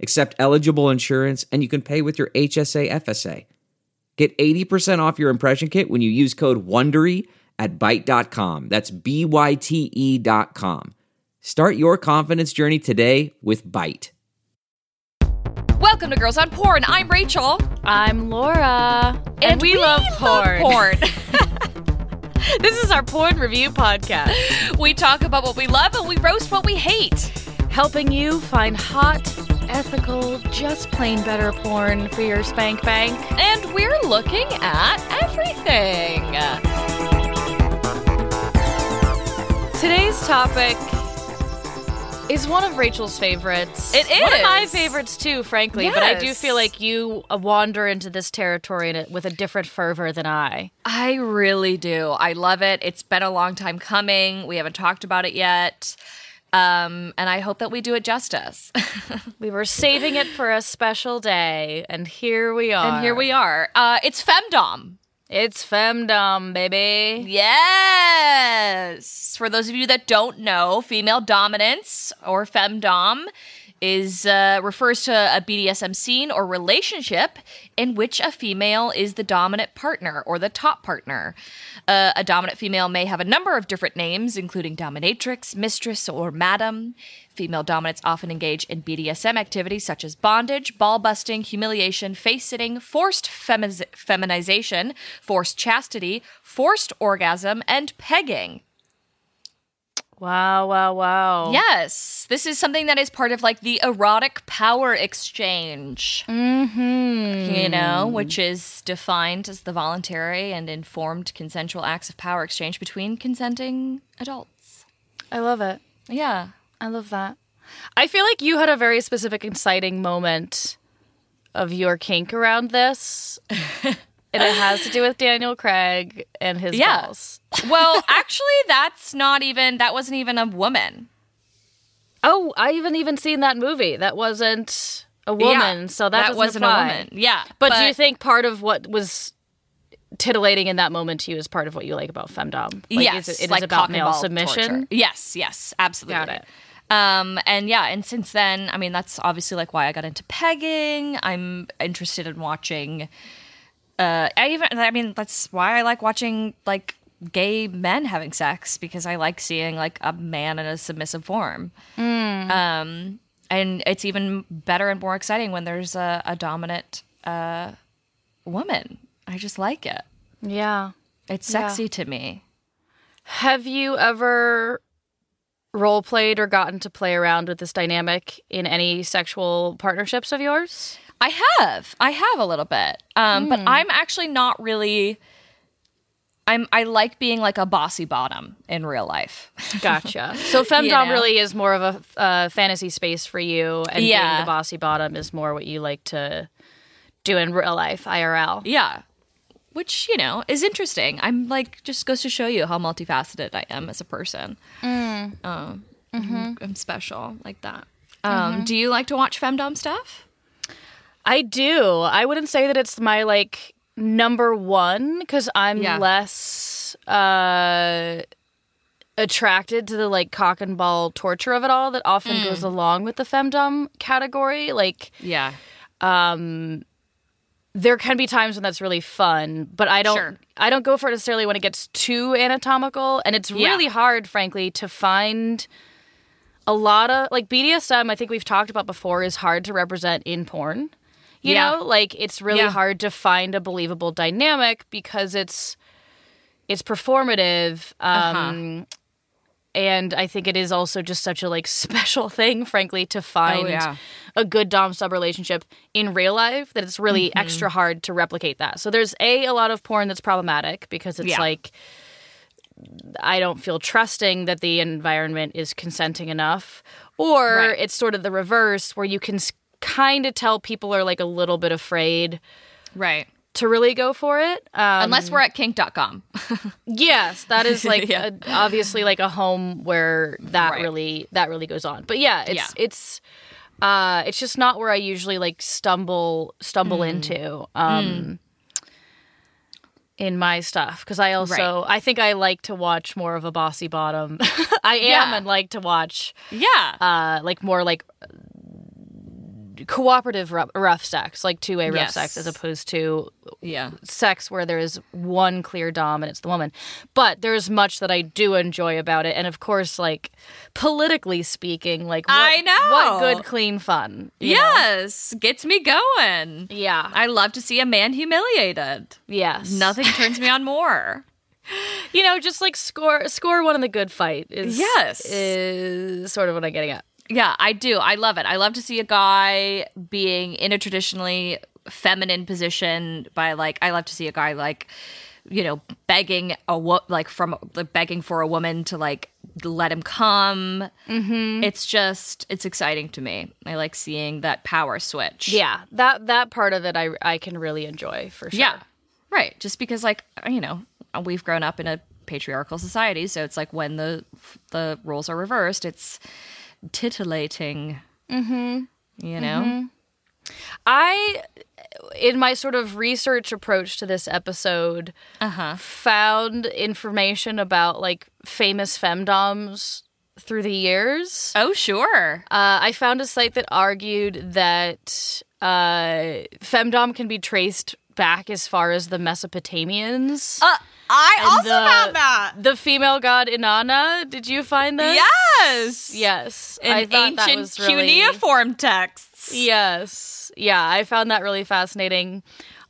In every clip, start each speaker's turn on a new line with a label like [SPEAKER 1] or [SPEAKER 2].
[SPEAKER 1] accept eligible insurance, and you can pay with your HSA FSA. Get 80% off your impression kit when you use code WONDERY at Byte.com. That's B-Y-T-E E dot com. Start your confidence journey today with Byte.
[SPEAKER 2] Welcome to Girls on Porn. I'm Rachel,
[SPEAKER 3] I'm Laura. And, we, love porn.
[SPEAKER 2] porn.
[SPEAKER 3] This is our porn review podcast,
[SPEAKER 2] we talk about what we love and we roast what we hate.
[SPEAKER 3] helping you find hot, ethical, just plain better porn for your spank bank.
[SPEAKER 2] And we're looking at everything.
[SPEAKER 3] Today's topic is one of Rachel's favorites.
[SPEAKER 2] It
[SPEAKER 3] One of my
[SPEAKER 2] is.
[SPEAKER 3] favorites, too, frankly, but I do
[SPEAKER 2] Yes.
[SPEAKER 3] feel like you uh, wander into this territory in it with a different fervor than I.
[SPEAKER 2] I really do. I love it. It's been a long time coming. We haven't talked about it yet. Um, and I hope that we do it justice.
[SPEAKER 3] We were saving it for a special day, and here we are.
[SPEAKER 2] and here we are. Uh, it's Femdom.
[SPEAKER 3] It's femdom, baby.
[SPEAKER 2] Yes. For those of you that don't know, female dominance or femdom is uh, refers to a BDSM scene or relationship in which a female is the dominant partner or the top partner. Uh, a dominant female may have a number of different names, including dominatrix, mistress, or madam. Female dominants often engage in BDSM activities such as bondage, ball busting, humiliation, face sitting, forced femiz- feminization, forced chastity, forced orgasm, and pegging.
[SPEAKER 3] Wow, wow, wow.
[SPEAKER 2] Yes, this is something that is part of like the erotic power exchange,
[SPEAKER 3] Mm-hmm.
[SPEAKER 2] you know, which is defined as the voluntary and informed consensual acts of power exchange between consenting adults.
[SPEAKER 3] I love it.
[SPEAKER 2] Yeah.
[SPEAKER 3] I love that. I feel like you had a very specific, exciting moment of your kink around this. and it has to do with Daniel Craig and his
[SPEAKER 2] Yeah.
[SPEAKER 3] balls.
[SPEAKER 2] Well, actually, that's not even, that wasn't even a woman.
[SPEAKER 3] Oh, I haven't even seen that movie. That wasn't a woman,
[SPEAKER 2] Yeah,
[SPEAKER 3] so that, doesn't
[SPEAKER 2] wasn't
[SPEAKER 3] apply.
[SPEAKER 2] a woman. Yeah,
[SPEAKER 3] But, do you think part of what was titillating in that moment to you is part of what you like about femdom? Like,
[SPEAKER 2] yes,
[SPEAKER 3] is it, it is
[SPEAKER 2] like cock
[SPEAKER 3] about
[SPEAKER 2] and
[SPEAKER 3] male
[SPEAKER 2] ball
[SPEAKER 3] submission.
[SPEAKER 2] torture. Yes, yes, absolutely.
[SPEAKER 3] Got it.
[SPEAKER 2] Um, and yeah, and since then, I mean, that's obviously like why I got into pegging. I'm interested in watching. Uh, I even, I mean, that's why I like watching like gay men having sex because I like seeing like a man in a submissive form. Um, and it's even better and more exciting when there's a, a dominant uh, woman. I just like it.
[SPEAKER 3] Yeah.
[SPEAKER 2] It's
[SPEAKER 3] Yeah.
[SPEAKER 2] sexy to me.
[SPEAKER 3] Have you ever role played or gotten to play around with this dynamic in any sexual partnerships of yours?
[SPEAKER 2] I have. I have a little bit. Um, but I'm actually not really I'm I like being like a bossy bottom in real life.
[SPEAKER 3] Gotcha. so femdom
[SPEAKER 2] know.
[SPEAKER 3] really is more of a uh, fantasy space for you, and being
[SPEAKER 2] Yeah.
[SPEAKER 3] the bossy bottom is more what you like to do in real life, IRL.
[SPEAKER 2] yeah. Which, you know, is interesting. I'm like just goes to show you how multifaceted I am as a person. Um, I'm special like that. Um, do you like to watch femdom stuff?
[SPEAKER 3] I do. I wouldn't say that it's my like number one because I'm
[SPEAKER 2] Yeah.
[SPEAKER 3] less uh, attracted to the like cock and ball torture of it all that often goes along with the femdom category. Like
[SPEAKER 2] Yeah.
[SPEAKER 3] there can be times when that's really fun, but I don't.
[SPEAKER 2] Sure.
[SPEAKER 3] I don't go for it necessarily when it gets too anatomical, and it's
[SPEAKER 2] Yeah.
[SPEAKER 3] really hard, frankly, to find a lot of like BDSM. I think we've talked about before is hard to represent in porn. You
[SPEAKER 2] Yeah.
[SPEAKER 3] know, like it's really
[SPEAKER 2] Yeah.
[SPEAKER 3] hard to find a believable dynamic because it's it's performative.
[SPEAKER 2] Uh-huh.
[SPEAKER 3] Um, And I think it is also just such a like special thing, frankly, to find
[SPEAKER 2] Oh, yeah.
[SPEAKER 3] a good dom sub relationship in real life that it's really
[SPEAKER 2] Mm-hmm.
[SPEAKER 3] extra hard to replicate that. So there's a a lot of porn that's problematic because it's
[SPEAKER 2] Yeah.
[SPEAKER 3] like I don't feel trusting that the environment is consenting enough, or
[SPEAKER 2] Right.
[SPEAKER 3] it's sort of the reverse where you can s- kind of tell people are like a little bit afraid
[SPEAKER 2] Right.
[SPEAKER 3] to really go for it. Um,
[SPEAKER 2] Unless we're at kink.com.
[SPEAKER 3] Yes, that is like
[SPEAKER 2] Yeah.
[SPEAKER 3] a- obviously like a home where that
[SPEAKER 2] Right.
[SPEAKER 3] really that really goes on. But yeah, it's
[SPEAKER 2] Yeah.
[SPEAKER 3] it's uh it's just not where I usually like stumble stumble
[SPEAKER 2] Mm.
[SPEAKER 3] into um in my stuff cuz I also I think I like to watch more of a bossy bottom. I am
[SPEAKER 2] Yeah.
[SPEAKER 3] and like to watch
[SPEAKER 2] yeah.
[SPEAKER 3] uh like more like cooperative rough, rough sex, like two-way rough
[SPEAKER 2] Yes.
[SPEAKER 3] sex as opposed to
[SPEAKER 2] yeah.
[SPEAKER 3] sex where there is one clear dom and it's the woman. But there's much that I do enjoy about it, and of course, like politically speaking, like what,
[SPEAKER 2] I know.
[SPEAKER 3] what good clean fun. you know?
[SPEAKER 2] Yes. Gets me going.
[SPEAKER 3] yeah,
[SPEAKER 2] I love to see a man humiliated.
[SPEAKER 3] yes,
[SPEAKER 2] Nothing turns me on more.
[SPEAKER 3] You know, just like score score one in the good fight is
[SPEAKER 2] Yes.
[SPEAKER 3] is sort of what I'm getting at.
[SPEAKER 2] Yeah, I do. I love it. I love to see a guy being in a traditionally feminine position by like I love to see a guy like you know begging a wo- like from like begging for a woman to like let him come. Mm-hmm. It's just it's exciting to me. I like seeing that power switch.
[SPEAKER 3] Yeah, that that part of it I I can really enjoy for sure.
[SPEAKER 2] Yeah. Right. Just because like, uh, you know, we've grown up in a patriarchal society, so it's like when the the roles are reversed, it's titillating. Mhm. You know.
[SPEAKER 3] I in my sort of research approach to this episode
[SPEAKER 2] Uh-huh.
[SPEAKER 3] found information about like famous femdoms through the years.
[SPEAKER 2] Oh, sure.
[SPEAKER 3] Uh, I found a site that argued that uh, femdom can be traced back as far as the Mesopotamians.
[SPEAKER 2] Uh, I
[SPEAKER 3] And the- The female god Inanna. Did you find this?
[SPEAKER 2] Yes.
[SPEAKER 3] Yes.
[SPEAKER 2] In
[SPEAKER 3] I thought
[SPEAKER 2] ancient
[SPEAKER 3] that was really-
[SPEAKER 2] cuneiform texts.
[SPEAKER 3] Yes. Yeah, I found that really fascinating.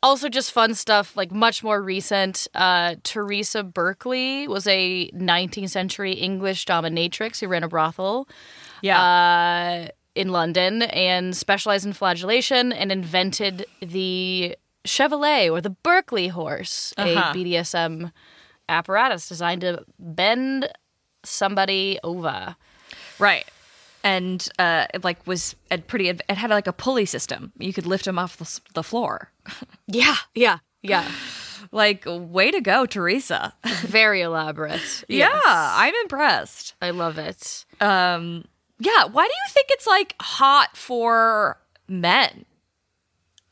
[SPEAKER 3] Also, just fun stuff like much more recent. Uh, Teresa Berkeley was a 19th century English dominatrix who ran a brothel
[SPEAKER 2] Yeah.
[SPEAKER 3] uh, in London and specialized in flagellation and invented the Chevrolet or the Berkeley horse,
[SPEAKER 2] Uh-huh.
[SPEAKER 3] a BDSM apparatus designed to bend somebody over.
[SPEAKER 2] right. And uh, it like was a pretty. It had like a pulley system. You could lift him off the, s- the floor.
[SPEAKER 3] Yeah, yeah, yeah.
[SPEAKER 2] Like, way to go, Teresa.
[SPEAKER 3] Very elaborate.
[SPEAKER 2] Yeah,
[SPEAKER 3] Yes.
[SPEAKER 2] I'm impressed.
[SPEAKER 3] I love it.
[SPEAKER 2] Um, yeah, why do you think it's like hot for men?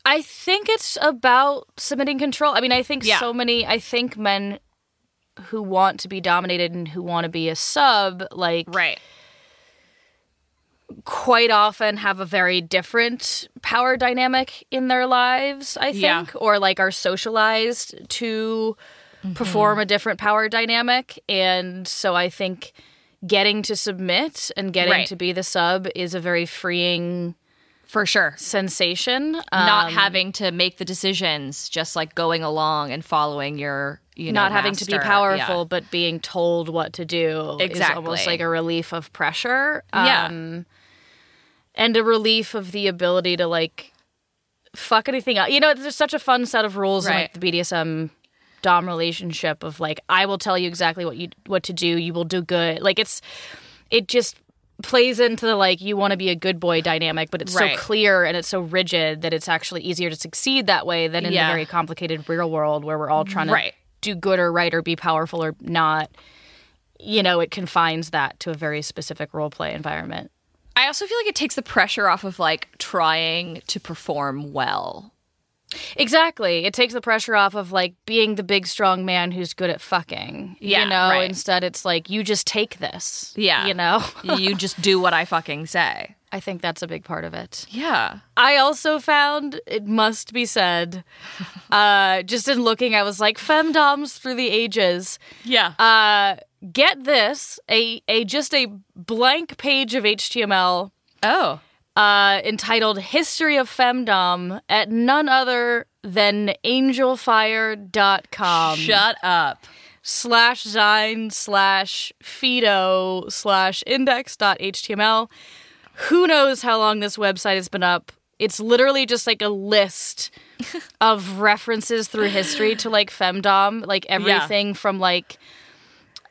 [SPEAKER 3] I think it's about submitting control. I mean, I think
[SPEAKER 2] Yeah.
[SPEAKER 3] so many, I think men who want to be dominated and who want to be a sub, like,
[SPEAKER 2] Right.
[SPEAKER 3] quite often have a very different power dynamic in their lives, I think,
[SPEAKER 2] Yeah.
[SPEAKER 3] or like are socialized to
[SPEAKER 2] Mm-hmm.
[SPEAKER 3] perform a different power dynamic. And so I think getting to submit and getting
[SPEAKER 2] Right.
[SPEAKER 3] to be the sub is a very freeing
[SPEAKER 2] For sure.
[SPEAKER 3] sensation.
[SPEAKER 2] Not
[SPEAKER 3] Um,
[SPEAKER 2] having to make the decisions, just like going along and following your, you know,
[SPEAKER 3] not having to be
[SPEAKER 2] master.
[SPEAKER 3] powerful
[SPEAKER 2] Yeah.
[SPEAKER 3] but being told what to do is
[SPEAKER 2] Exactly.
[SPEAKER 3] almost like a relief of pressure Um,
[SPEAKER 2] Yeah.
[SPEAKER 3] and a relief of the ability to like fuck anything up you know there's such a fun set of rules
[SPEAKER 2] Right.
[SPEAKER 3] in like the bdsm dom relationship of like i will tell you exactly what you what to do you will do good like it's it just plays into the like you want to be a good boy dynamic but it's
[SPEAKER 2] Right.
[SPEAKER 3] so clear and it's so rigid that it's actually easier to succeed that way than in
[SPEAKER 2] Yeah.
[SPEAKER 3] the very complicated real world where we're all trying to
[SPEAKER 2] Right.
[SPEAKER 3] do good or right or be powerful or not you know it confines that to a very specific role play environment
[SPEAKER 2] I also feel like it takes the pressure off of like trying to perform well.
[SPEAKER 3] exactly it takes the pressure off of like being the big strong man who's good at fucking
[SPEAKER 2] Yeah,
[SPEAKER 3] you know
[SPEAKER 2] right.
[SPEAKER 3] instead it's like you just take this
[SPEAKER 2] Yeah.
[SPEAKER 3] you know
[SPEAKER 2] you just do what I fucking say.
[SPEAKER 3] i think that's a big part of it
[SPEAKER 2] Yeah.
[SPEAKER 3] I also found it must be said, uh, just in looking, I was like femdoms through the ages.
[SPEAKER 2] Yeah.
[SPEAKER 3] Uh, get this a a just a blank page of HTML
[SPEAKER 2] oh.
[SPEAKER 3] uh, entitled "History of Femdom" at none other than angelfire.com
[SPEAKER 2] Shut up.
[SPEAKER 3] slash zine slash fido slash index dot html. Who knows how long this website has been up? It's literally just like a list of references through history to like femdom, like everything from like uh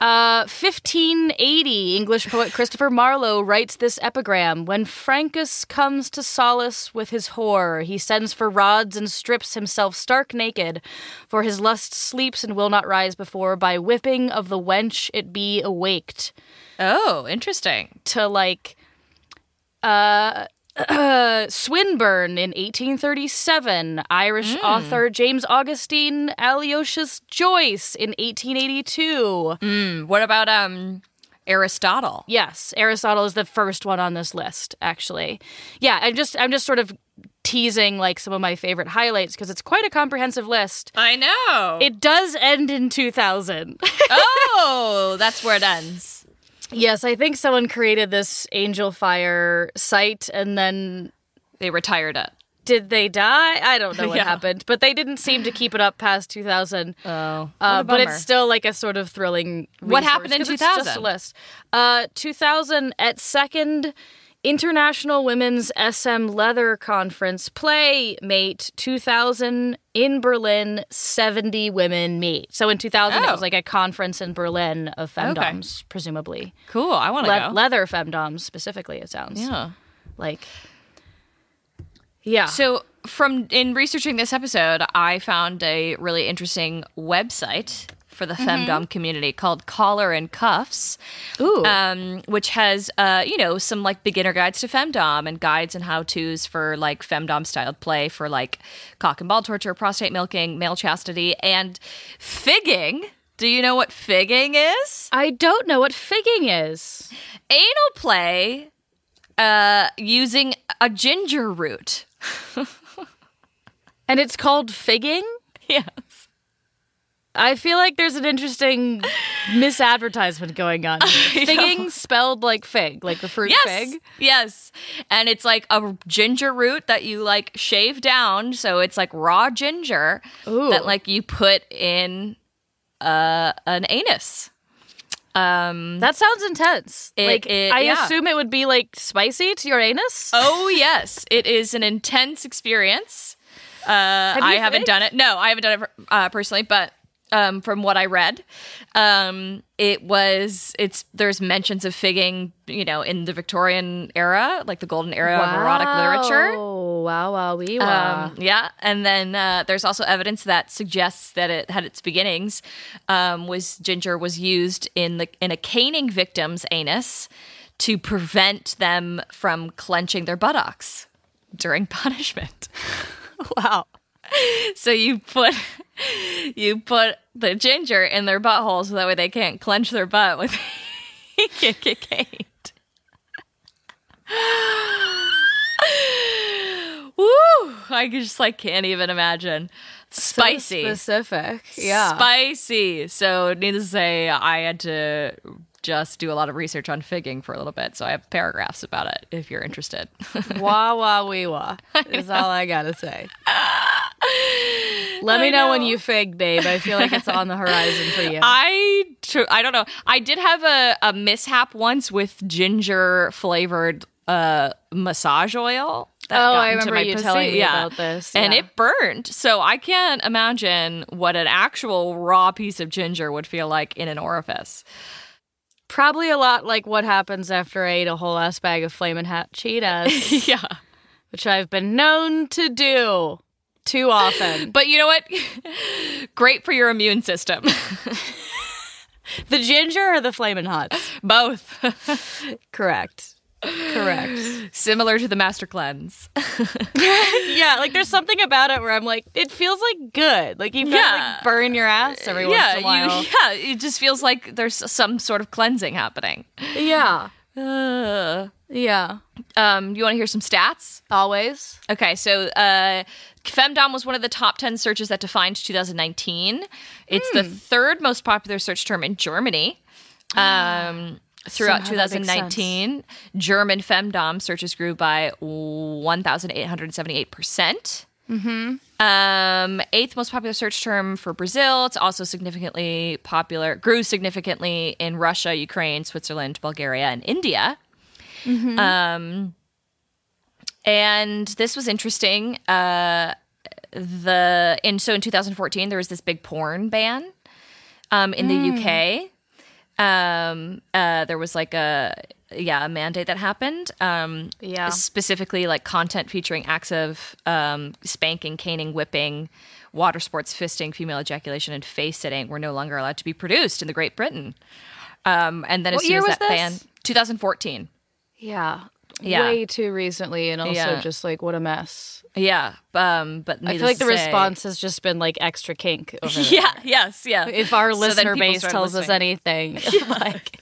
[SPEAKER 3] Uh, 1580, English poet Christopher Marlowe writes this epigram When Francus comes to solace with his whore, he sends for rods and strips himself stark naked, for his lust sleeps and will not rise before, by whipping of the wench it be awaked.
[SPEAKER 2] Oh, interesting.
[SPEAKER 3] To like, uh, Swinburne in 1837, Irish author James Augustine Aloysius Joyce in 1882.
[SPEAKER 2] What about um Aristotle?
[SPEAKER 3] Yes, Aristotle is the first one on this list actually. Yeah, I'm just I'm just sort of teasing like some of my favorite highlights because it's quite a comprehensive list.
[SPEAKER 2] I know.
[SPEAKER 3] It does end in 2000.
[SPEAKER 2] oh, that's where it ends.
[SPEAKER 3] yes, I think someone created this Angel Fire site and then
[SPEAKER 2] They retired it.
[SPEAKER 3] did they die? I don't know what
[SPEAKER 2] Yeah.
[SPEAKER 3] happened, but they didn't seem to keep it up past 2000.
[SPEAKER 2] Oh,
[SPEAKER 3] Uh, but
[SPEAKER 2] bummer.
[SPEAKER 3] it's still like a sort of thrilling.
[SPEAKER 2] What
[SPEAKER 3] resource,
[SPEAKER 2] happened in
[SPEAKER 3] 'cause it's just a
[SPEAKER 2] 2000?
[SPEAKER 3] list. Uh, 2000 at second International Women's SM Leather Conference Playmate 2000 in Berlin. 70 women meet. So in 2000 it
[SPEAKER 2] Oh.
[SPEAKER 3] was like a conference in Berlin of femdoms, presumably
[SPEAKER 2] cool. I want to
[SPEAKER 3] Le-
[SPEAKER 2] go.
[SPEAKER 3] leather femdoms specifically. It sounds
[SPEAKER 2] yeah.
[SPEAKER 3] like yeah.
[SPEAKER 2] So, from in researching this episode, I found a really interesting website for the femdom community called Collar and Cuffs,
[SPEAKER 3] Ooh.
[SPEAKER 2] um, which has uh, you know some like beginner guides to femdom and guides and how tos for like femdom styled play for like cock and ball torture, prostate milking, male chastity, and figging. Do you know what figging is?
[SPEAKER 3] I don't know what figging is.
[SPEAKER 2] Anal play uh, using a ginger root.
[SPEAKER 3] And it's called figging?
[SPEAKER 2] Yes.
[SPEAKER 3] I feel like there's an interesting misadvertisement going on. here. Figging spelled like fig, like the fruit
[SPEAKER 2] Yes.
[SPEAKER 3] fig.
[SPEAKER 2] Yes. And it's like a ginger root that you like shave down. So it's like raw ginger
[SPEAKER 3] Ooh.
[SPEAKER 2] that like you put in uh, an anus. Um,
[SPEAKER 3] That sounds intense.
[SPEAKER 2] It-
[SPEAKER 3] like
[SPEAKER 2] it-
[SPEAKER 3] I
[SPEAKER 2] yeah.
[SPEAKER 3] assume it would be like spicy to your anus.
[SPEAKER 2] oh, yes. It is an intense experience. Uh,
[SPEAKER 3] you
[SPEAKER 2] I haven't
[SPEAKER 3] figged?
[SPEAKER 2] done it. No, I haven't done it uh, personally, but. Um, from what I read, um, it was it's there's mentions of figging, you know, in the Victorian era, like the golden era of erotic literature.
[SPEAKER 3] Oh wow, wow, wee, wow.
[SPEAKER 2] Um, yeah, and then uh, there's also evidence that suggests that it had its beginnings um, was ginger was used in the in a caning victim's anus to prevent them from clenching their buttocks during punishment.
[SPEAKER 3] wow.
[SPEAKER 2] So you put you put the ginger in their butthole so that way they can't clench their butt when they can't get caned. Woo! I just like can't even imagine. Spicy.
[SPEAKER 3] Specific. Yeah.
[SPEAKER 2] Spicy. So needless to say, I had to just do a lot of research on figging for a little bit. So I have paragraphs about it if you're interested.
[SPEAKER 3] Wah wah wee wah is all I gotta say. Let me know. when
[SPEAKER 2] know.
[SPEAKER 3] you figged, babe. I feel like it's on the horizon for you.
[SPEAKER 2] I tr- I don't know. I did have a, a mishap once with ginger flavored uh massage oil. That
[SPEAKER 3] Oh,
[SPEAKER 2] got
[SPEAKER 3] I
[SPEAKER 2] into
[SPEAKER 3] remember
[SPEAKER 2] my
[SPEAKER 3] you
[SPEAKER 2] pussy.
[SPEAKER 3] telling me
[SPEAKER 2] Yeah.
[SPEAKER 3] about this,
[SPEAKER 2] and
[SPEAKER 3] yeah.
[SPEAKER 2] it burned. So I can't imagine what an actual raw piece of ginger would feel like in an orifice.
[SPEAKER 3] Probably a lot like what happens after I ate a whole ass bag of flamin' hot Cheetos,
[SPEAKER 2] yeah,
[SPEAKER 3] which I've been known to do too often.
[SPEAKER 2] but you know what? Great for your immune system.
[SPEAKER 3] the ginger or the flamin' hots?
[SPEAKER 2] Both,
[SPEAKER 3] Correct. Correct.
[SPEAKER 2] similar to the master cleanse.
[SPEAKER 3] yeah, like there's something about it where I'm like, it feels like good. Like you've got to
[SPEAKER 2] Yeah.
[SPEAKER 3] like burn your ass every
[SPEAKER 2] yeah,
[SPEAKER 3] once in a
[SPEAKER 2] you-
[SPEAKER 3] while.
[SPEAKER 2] yeah. It just feels like there's some sort of cleansing happening.
[SPEAKER 3] yeah.
[SPEAKER 2] Ugh.
[SPEAKER 3] Yeah.
[SPEAKER 2] Um, you want to hear some stats?
[SPEAKER 3] Always.
[SPEAKER 2] Okay, so uh, femdom was one of the top 10 searches that defined 2019. It's
[SPEAKER 3] Hmm.
[SPEAKER 2] the third most popular search term in Germany. Um, throughout
[SPEAKER 3] Ah. Somehow that makes
[SPEAKER 2] 2019, German femdom searches grew by 1,878 percent.
[SPEAKER 3] Mm-hmm.
[SPEAKER 2] Um, eighth most popular search term for Brazil. It's also significantly popular, grew significantly in Russia, Ukraine, Switzerland, Bulgaria, and India. Um, and this was interesting. Uh, the in so in 2014 there was this big porn ban um, in the UK.
[SPEAKER 3] Hmm.
[SPEAKER 2] Um, uh, there was like a yeah a mandate that happened. Um,
[SPEAKER 3] Yeah.
[SPEAKER 2] specifically like content featuring acts of um, spanking, caning, whipping, water sports, fisting, female ejaculation, and face sitting were no longer allowed to be produced in the Great Britain. Um, and then as
[SPEAKER 3] What
[SPEAKER 2] soon
[SPEAKER 3] year
[SPEAKER 2] as
[SPEAKER 3] was
[SPEAKER 2] that ban,
[SPEAKER 3] this?
[SPEAKER 2] 2014.
[SPEAKER 3] Yeah.
[SPEAKER 2] Yeah.
[SPEAKER 3] Way too recently, and also
[SPEAKER 2] Yeah.
[SPEAKER 3] just like what a mess.
[SPEAKER 2] Yeah, um, but
[SPEAKER 3] I feel like
[SPEAKER 2] needless
[SPEAKER 3] the
[SPEAKER 2] to say-
[SPEAKER 3] response has just been like extra kink. Over there.
[SPEAKER 2] Yeah. Yes. Yeah.
[SPEAKER 3] If our
[SPEAKER 2] So then
[SPEAKER 3] listener
[SPEAKER 2] people
[SPEAKER 3] base
[SPEAKER 2] started
[SPEAKER 3] tells us
[SPEAKER 2] listening.
[SPEAKER 3] anything, like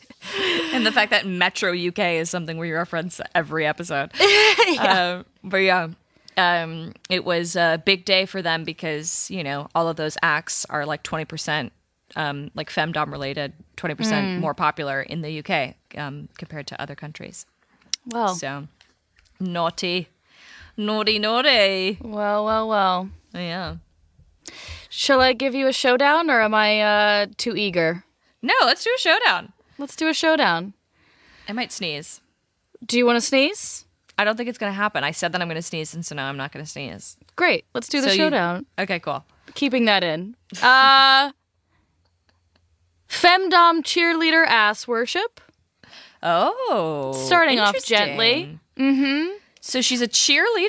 [SPEAKER 2] and the fact that Metro UK is something we reference every episode. Um, but yeah, um, it was a big day for them because you know all of those acts are like twenty percent, um, like femdom related, twenty percent
[SPEAKER 3] Mm.
[SPEAKER 2] more popular in the UK um, compared to other countries.
[SPEAKER 3] well,
[SPEAKER 2] So naughty, naughty, naughty.
[SPEAKER 3] well, well, well.
[SPEAKER 2] Yeah.
[SPEAKER 3] Shall I give you a showdown, or am I uh, too eager?
[SPEAKER 2] No, let's do a showdown.
[SPEAKER 3] Let's do a showdown.
[SPEAKER 2] I might sneeze.
[SPEAKER 3] Do you want to sneeze?
[SPEAKER 2] I don't think it's gonna happen. I said that I'm gonna sneeze, and so now I'm not gonna sneeze.
[SPEAKER 3] Great. Let's do the
[SPEAKER 2] So you-
[SPEAKER 3] showdown.
[SPEAKER 2] Okay, cool.
[SPEAKER 3] Keeping that in. Uh, femdom cheerleader ass worship.
[SPEAKER 2] Oh.
[SPEAKER 3] Starting off gently.
[SPEAKER 2] interesting. Mm-hmm. So she's a cheerleader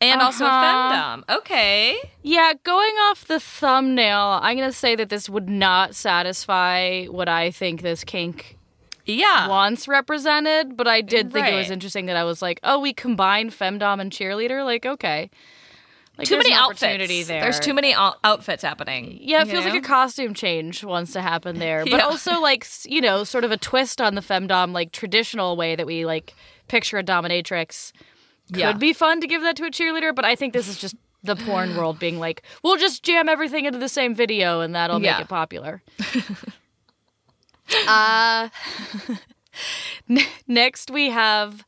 [SPEAKER 2] and also a
[SPEAKER 3] Uh-huh.
[SPEAKER 2] femdom. Okay.
[SPEAKER 3] Yeah, going off the thumbnail, I'm gonna say that this would not satisfy what I think this kink
[SPEAKER 2] Yeah.
[SPEAKER 3] wants represented, but I did think it was
[SPEAKER 2] Right.
[SPEAKER 3] interesting that I was like, oh, we combine femdom and cheerleader. Like, okay, like,
[SPEAKER 2] too
[SPEAKER 3] there's
[SPEAKER 2] many
[SPEAKER 3] an
[SPEAKER 2] outfits.
[SPEAKER 3] there.
[SPEAKER 2] There's too many o- outfits happening.
[SPEAKER 3] Yeah, it
[SPEAKER 2] you
[SPEAKER 3] feels
[SPEAKER 2] know?
[SPEAKER 3] like a costume change wants to happen there, but
[SPEAKER 2] Yeah.
[SPEAKER 3] also like s- you know, sort of a twist on the femdom like traditional way that we like picture a dominatrix.
[SPEAKER 2] Yeah.
[SPEAKER 3] Would be fun to give that to a cheerleader, but I think this is just the porn world being like, we'll just jam everything into the same video and that'll
[SPEAKER 2] Yeah.
[SPEAKER 3] make it popular. uh, ne- next we have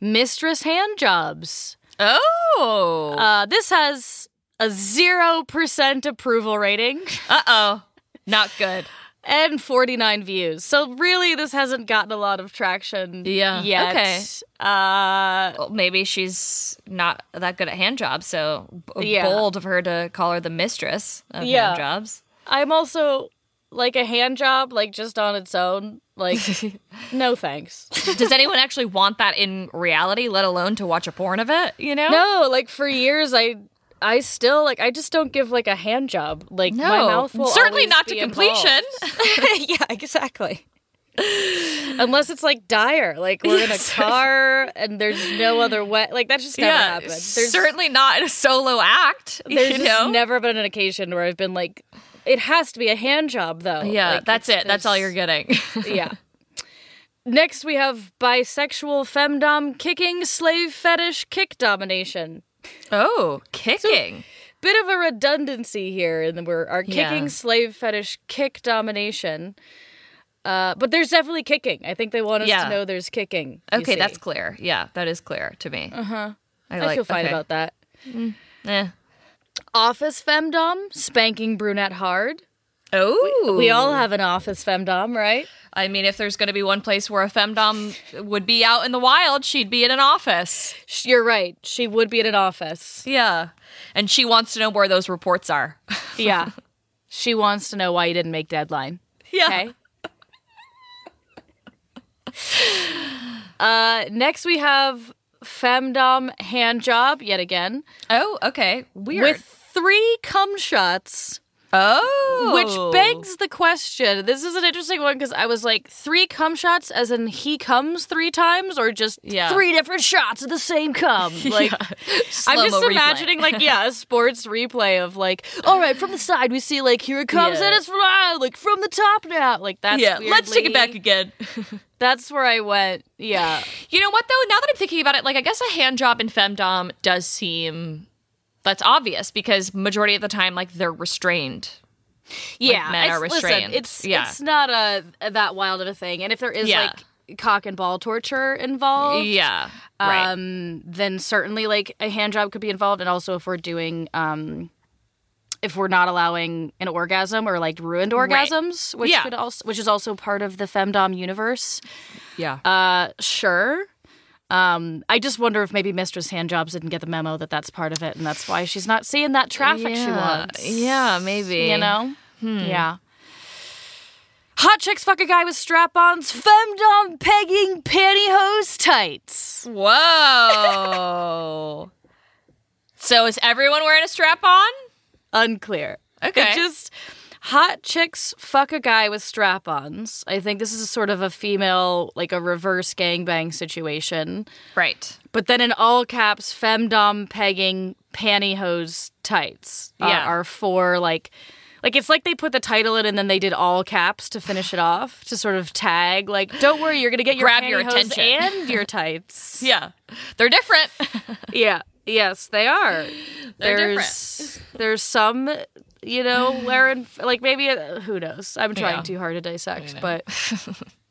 [SPEAKER 3] mistress hand jobs.
[SPEAKER 2] Oh.
[SPEAKER 3] Uh, this has a zero percent approval rating.
[SPEAKER 2] Uh oh. Not good.
[SPEAKER 3] and 49 views. So really, this hasn't gotten a lot of traction.
[SPEAKER 2] Yeah.
[SPEAKER 3] Yet.
[SPEAKER 2] Okay.
[SPEAKER 3] Uh,
[SPEAKER 2] Well, maybe she's not that good at hand jobs, so b-
[SPEAKER 3] Yeah.
[SPEAKER 2] bold of her to call her the mistress of
[SPEAKER 3] Yeah.
[SPEAKER 2] hand jobs.
[SPEAKER 3] I'm also like a hand job, like just on its own. Like, no thanks.
[SPEAKER 2] Does anyone actually want that in reality, let alone to watch a porn of it, you know?
[SPEAKER 3] No, like for years, I. I still like. I just don't give like a hand job. Like
[SPEAKER 2] No.
[SPEAKER 3] my mouth will
[SPEAKER 2] Certainly
[SPEAKER 3] always
[SPEAKER 2] not
[SPEAKER 3] be
[SPEAKER 2] to completion.
[SPEAKER 3] involved. yeah, exactly. Unless it's like dire, like we're in a car and there's no other way. Like that just never happened. There's
[SPEAKER 2] certainly not in a solo act.
[SPEAKER 3] There's
[SPEAKER 2] you
[SPEAKER 3] just
[SPEAKER 2] know?
[SPEAKER 3] never been an occasion where I've been like, it has to be a hand job though.
[SPEAKER 2] yeah,
[SPEAKER 3] Like,
[SPEAKER 2] that's
[SPEAKER 3] it's-
[SPEAKER 2] it. That's all you're
[SPEAKER 3] there's-
[SPEAKER 2] getting.
[SPEAKER 3] yeah. Next, we have bisexual femdom kicking slave fetish kick domination.
[SPEAKER 2] oh, kicking.
[SPEAKER 3] Bit of a redundancy here in the word our
[SPEAKER 2] Yeah.
[SPEAKER 3] kicking slave fetish kick domination. Uh, but there's definitely kicking. I think they want us
[SPEAKER 2] Yeah.
[SPEAKER 3] to know there's kicking. you
[SPEAKER 2] okay,
[SPEAKER 3] see. Uh-huh.
[SPEAKER 2] that's clear. Yeah, that is clear to me. Uh huh.
[SPEAKER 3] I feel fine about that.
[SPEAKER 2] that.
[SPEAKER 3] Office femdom spanking brunette hard.
[SPEAKER 2] Oh,
[SPEAKER 3] We all have an office femdom, right?
[SPEAKER 2] I mean, if there's going to be one place where a femdom would be out in the wild, she'd be in an office.
[SPEAKER 3] Sh- You're right. She would be in an office.
[SPEAKER 2] Yeah, and she wants to know where those reports are.
[SPEAKER 3] Yeah. she wants to know why you didn't make deadline.
[SPEAKER 2] yeah.
[SPEAKER 3] Okay. uh, next we have femdom hand job yet again
[SPEAKER 2] Oh, okay. Weird.
[SPEAKER 3] with three cum shots,
[SPEAKER 2] oh,
[SPEAKER 3] which begs the question. This is an interesting one because I was like, three cum shots, as in he comes three times, or just
[SPEAKER 2] Yeah.
[SPEAKER 3] three different shots of the same cum. Like, I'm
[SPEAKER 2] Slow-mo
[SPEAKER 3] just
[SPEAKER 2] replay.
[SPEAKER 3] imagining like yeah, a sports replay of like, all right, from the side we see like here it comes
[SPEAKER 2] Yeah.
[SPEAKER 3] and it's from ah, like from the top now. Like that's
[SPEAKER 2] yeah. Let's take it back
[SPEAKER 3] weirdly-
[SPEAKER 2] again.
[SPEAKER 3] That's where I went. Yeah.
[SPEAKER 2] You know what though? Now that I'm thinking about it, like I guess a hand job in femdom does seem that's obvious because majority of the time, like they're restrained.
[SPEAKER 3] Yeah.
[SPEAKER 2] men
[SPEAKER 3] it's-
[SPEAKER 2] are
[SPEAKER 3] Listen,
[SPEAKER 2] restrained.
[SPEAKER 3] it's
[SPEAKER 2] Yeah.
[SPEAKER 3] it's not a that wild of a thing. And if there is
[SPEAKER 2] Yeah.
[SPEAKER 3] like cock and ball torture involved,
[SPEAKER 2] Yeah, right.
[SPEAKER 3] um then certainly like a hand job could be involved and also if we're doing um if we're not allowing an orgasm or like ruined orgasms which
[SPEAKER 2] Yeah.
[SPEAKER 3] could also which is also part of the femdom universe
[SPEAKER 2] yeah,
[SPEAKER 3] uh sure um i just wonder if maybe mistress hand jobs didn't get the memo that that's part of it and that's why she's not seeing that traffic she
[SPEAKER 2] Yeah. Hmm.
[SPEAKER 3] wants
[SPEAKER 2] Yeah, maybe.
[SPEAKER 3] you know yeah Hot chicks fuck a guy with strap-ons, femdom pegging pantyhose tights.
[SPEAKER 2] Whoa. so is everyone wearing a strap on?
[SPEAKER 3] Unclear.
[SPEAKER 2] Okay.
[SPEAKER 3] It just hot chicks fuck a guy with strap-ons. I think this is sort of a female like a reverse gangbang situation.
[SPEAKER 2] Right.
[SPEAKER 3] But then in all caps, femdom pegging pantyhose tights are,
[SPEAKER 2] Yeah.
[SPEAKER 3] are for like, like it's like they put the title in and then they did all caps to finish it off to sort of tag like, don't worry, you're gonna get your
[SPEAKER 2] Grab your
[SPEAKER 3] pantyhose
[SPEAKER 2] attention.
[SPEAKER 3] and your tights.
[SPEAKER 2] Yeah. They're different.
[SPEAKER 3] yeah, yes, they are.
[SPEAKER 2] They're different.
[SPEAKER 3] there's there's some, you know, wearing like maybe uh, who knows. I'm trying
[SPEAKER 2] Yeah.
[SPEAKER 3] too hard to dissect, but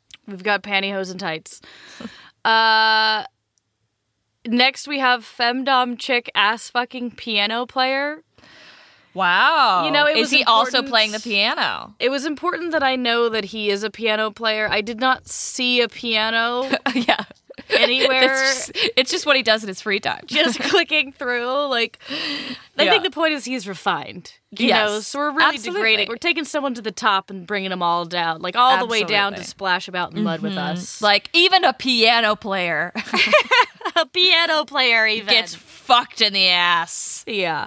[SPEAKER 3] we've got pantyhose and tights. Uh next we have femdom chick ass fucking piano player.
[SPEAKER 2] wow.
[SPEAKER 3] You know, it
[SPEAKER 2] is
[SPEAKER 3] was
[SPEAKER 2] he also
[SPEAKER 3] important-
[SPEAKER 2] playing the piano?
[SPEAKER 3] It was important that I know that he is a piano player. I did not see a piano
[SPEAKER 2] yeah.
[SPEAKER 3] anywhere.
[SPEAKER 2] It's just, it's just what he does in his free time.
[SPEAKER 3] just clicking through. Like, I
[SPEAKER 2] Yeah.
[SPEAKER 3] think the point is he's refined. You
[SPEAKER 2] Yes.
[SPEAKER 3] know, so we're really
[SPEAKER 2] Absolutely.
[SPEAKER 3] degrading. We're taking someone to the top and bringing them all down, like all the way down to
[SPEAKER 2] Absolutely. Mm-hmm.
[SPEAKER 3] splash about in mud with us.
[SPEAKER 2] Like even a piano player
[SPEAKER 3] a piano player, even
[SPEAKER 2] gets fucked in the ass.
[SPEAKER 3] yeah.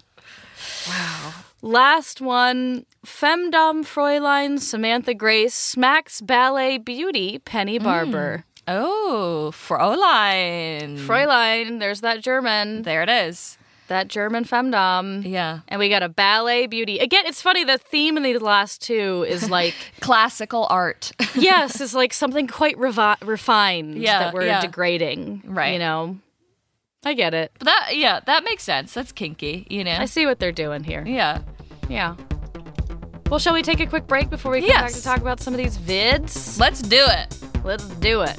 [SPEAKER 3] Wow. Last one, femdom Fräulein Samantha Grace smacks ballet beauty Penny
[SPEAKER 2] Mm.
[SPEAKER 3] Barber.
[SPEAKER 2] Oh, Fräulein.
[SPEAKER 3] Fräulein, there's that German,
[SPEAKER 2] there it is.
[SPEAKER 3] that German femdom.
[SPEAKER 2] Yeah.
[SPEAKER 3] And we got a ballet beauty. Again, it's funny. The theme in these last two is like,
[SPEAKER 2] Classical art.
[SPEAKER 3] yes, is like something quite revi- refined
[SPEAKER 2] Yeah,
[SPEAKER 3] that we're
[SPEAKER 2] yeah.
[SPEAKER 3] degrading.
[SPEAKER 2] Right.
[SPEAKER 3] You know, I get it.
[SPEAKER 2] But that yeah, that makes sense. That's kinky, you know.
[SPEAKER 3] I see what they're doing here.
[SPEAKER 2] yeah.
[SPEAKER 3] Yeah. Well, shall we take a quick break before we come back
[SPEAKER 2] Yes.
[SPEAKER 3] to talk about some of these vids?
[SPEAKER 2] Let's do it.
[SPEAKER 3] Let's do it.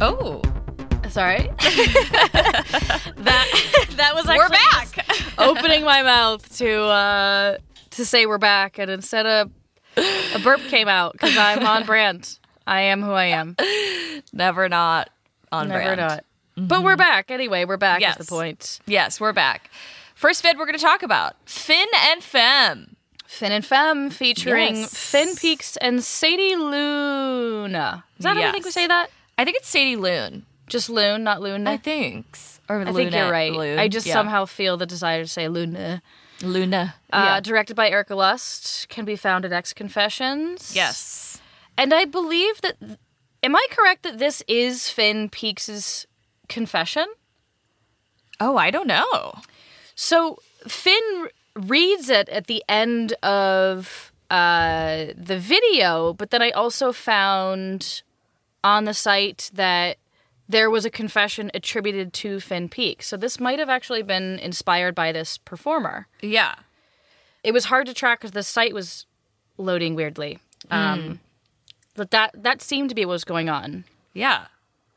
[SPEAKER 3] Sorry. that that was actually
[SPEAKER 2] We're back.
[SPEAKER 3] opening my mouth to uh to say we're back and instead of a burp came out because I'm on brand. I am who I am.
[SPEAKER 2] Never not on
[SPEAKER 3] Never
[SPEAKER 2] brand. Mm-hmm.
[SPEAKER 3] not. But we're back anyway. We're back.
[SPEAKER 2] Yes.
[SPEAKER 3] Is the point.
[SPEAKER 2] Yes, we're back. First vid we're going to talk about Finn and Femme.
[SPEAKER 3] Finn and Femme featuring
[SPEAKER 2] Yes.
[SPEAKER 3] Finn Peaks and Sadie Luna. Is that how I think we
[SPEAKER 2] Yes.
[SPEAKER 3] say that?
[SPEAKER 2] I think it's Sadie Loon.
[SPEAKER 3] Just Loon, not Luna.
[SPEAKER 2] I think. Or
[SPEAKER 3] I think you're right.
[SPEAKER 2] Loon.
[SPEAKER 3] I just
[SPEAKER 2] Yeah.
[SPEAKER 3] somehow feel the desire to say Luna.
[SPEAKER 2] Luna.
[SPEAKER 3] Uh,
[SPEAKER 2] yeah.
[SPEAKER 3] Directed by Erica Lust, can be found at X Confessions.
[SPEAKER 2] Yes.
[SPEAKER 3] And I believe that Am I correct that this is Finn Peaks' confession?
[SPEAKER 2] Oh, I don't know.
[SPEAKER 3] So Finn reads it at the end of uh, the video, but then I also found on the site that there was a confession attributed to Finn Peak. So this might have actually been inspired by this performer.
[SPEAKER 2] Yeah.
[SPEAKER 3] It was hard to track because the site was loading weirdly. Um, but that that seemed to be what was going on.
[SPEAKER 2] Yeah.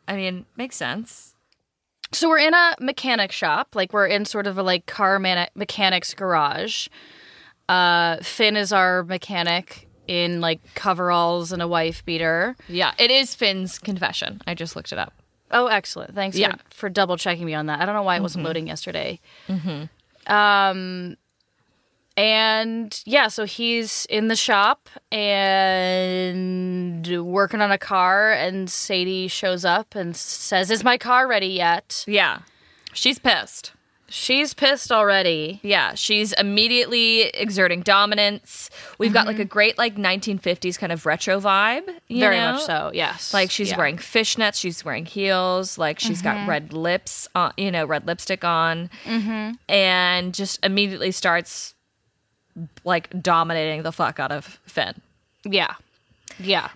[SPEAKER 2] I mean, makes sense.
[SPEAKER 3] So we're in a mechanic shop, like we're in sort of a like car man- mechanics garage. Uh, Finn is our mechanic in like coveralls and a wife beater.
[SPEAKER 2] Yeah. It is Finn's confession. I just looked it up.
[SPEAKER 3] Oh, excellent! Thanks
[SPEAKER 2] Yeah.
[SPEAKER 3] for, for double checking me on that. I don't know why it wasn't loading yesterday. Um, and yeah, so he's in the shop and working on a car, and Sadie shows up and says, "Is my car ready yet?"
[SPEAKER 2] Yeah. She's pissed.
[SPEAKER 3] She's pissed already.
[SPEAKER 2] Yeah, she's immediately exerting dominance. We've got like a great like 1950s kind of retro vibe. you
[SPEAKER 3] Very
[SPEAKER 2] know?
[SPEAKER 3] much so. Yes.
[SPEAKER 2] Like she's
[SPEAKER 3] Yeah.
[SPEAKER 2] wearing fishnets, she's wearing heels, like she's got red lips, on, you know, red lipstick on, Mm-hmm. and just immediately starts like dominating the fuck out of Finn,
[SPEAKER 3] Yeah. Yeah.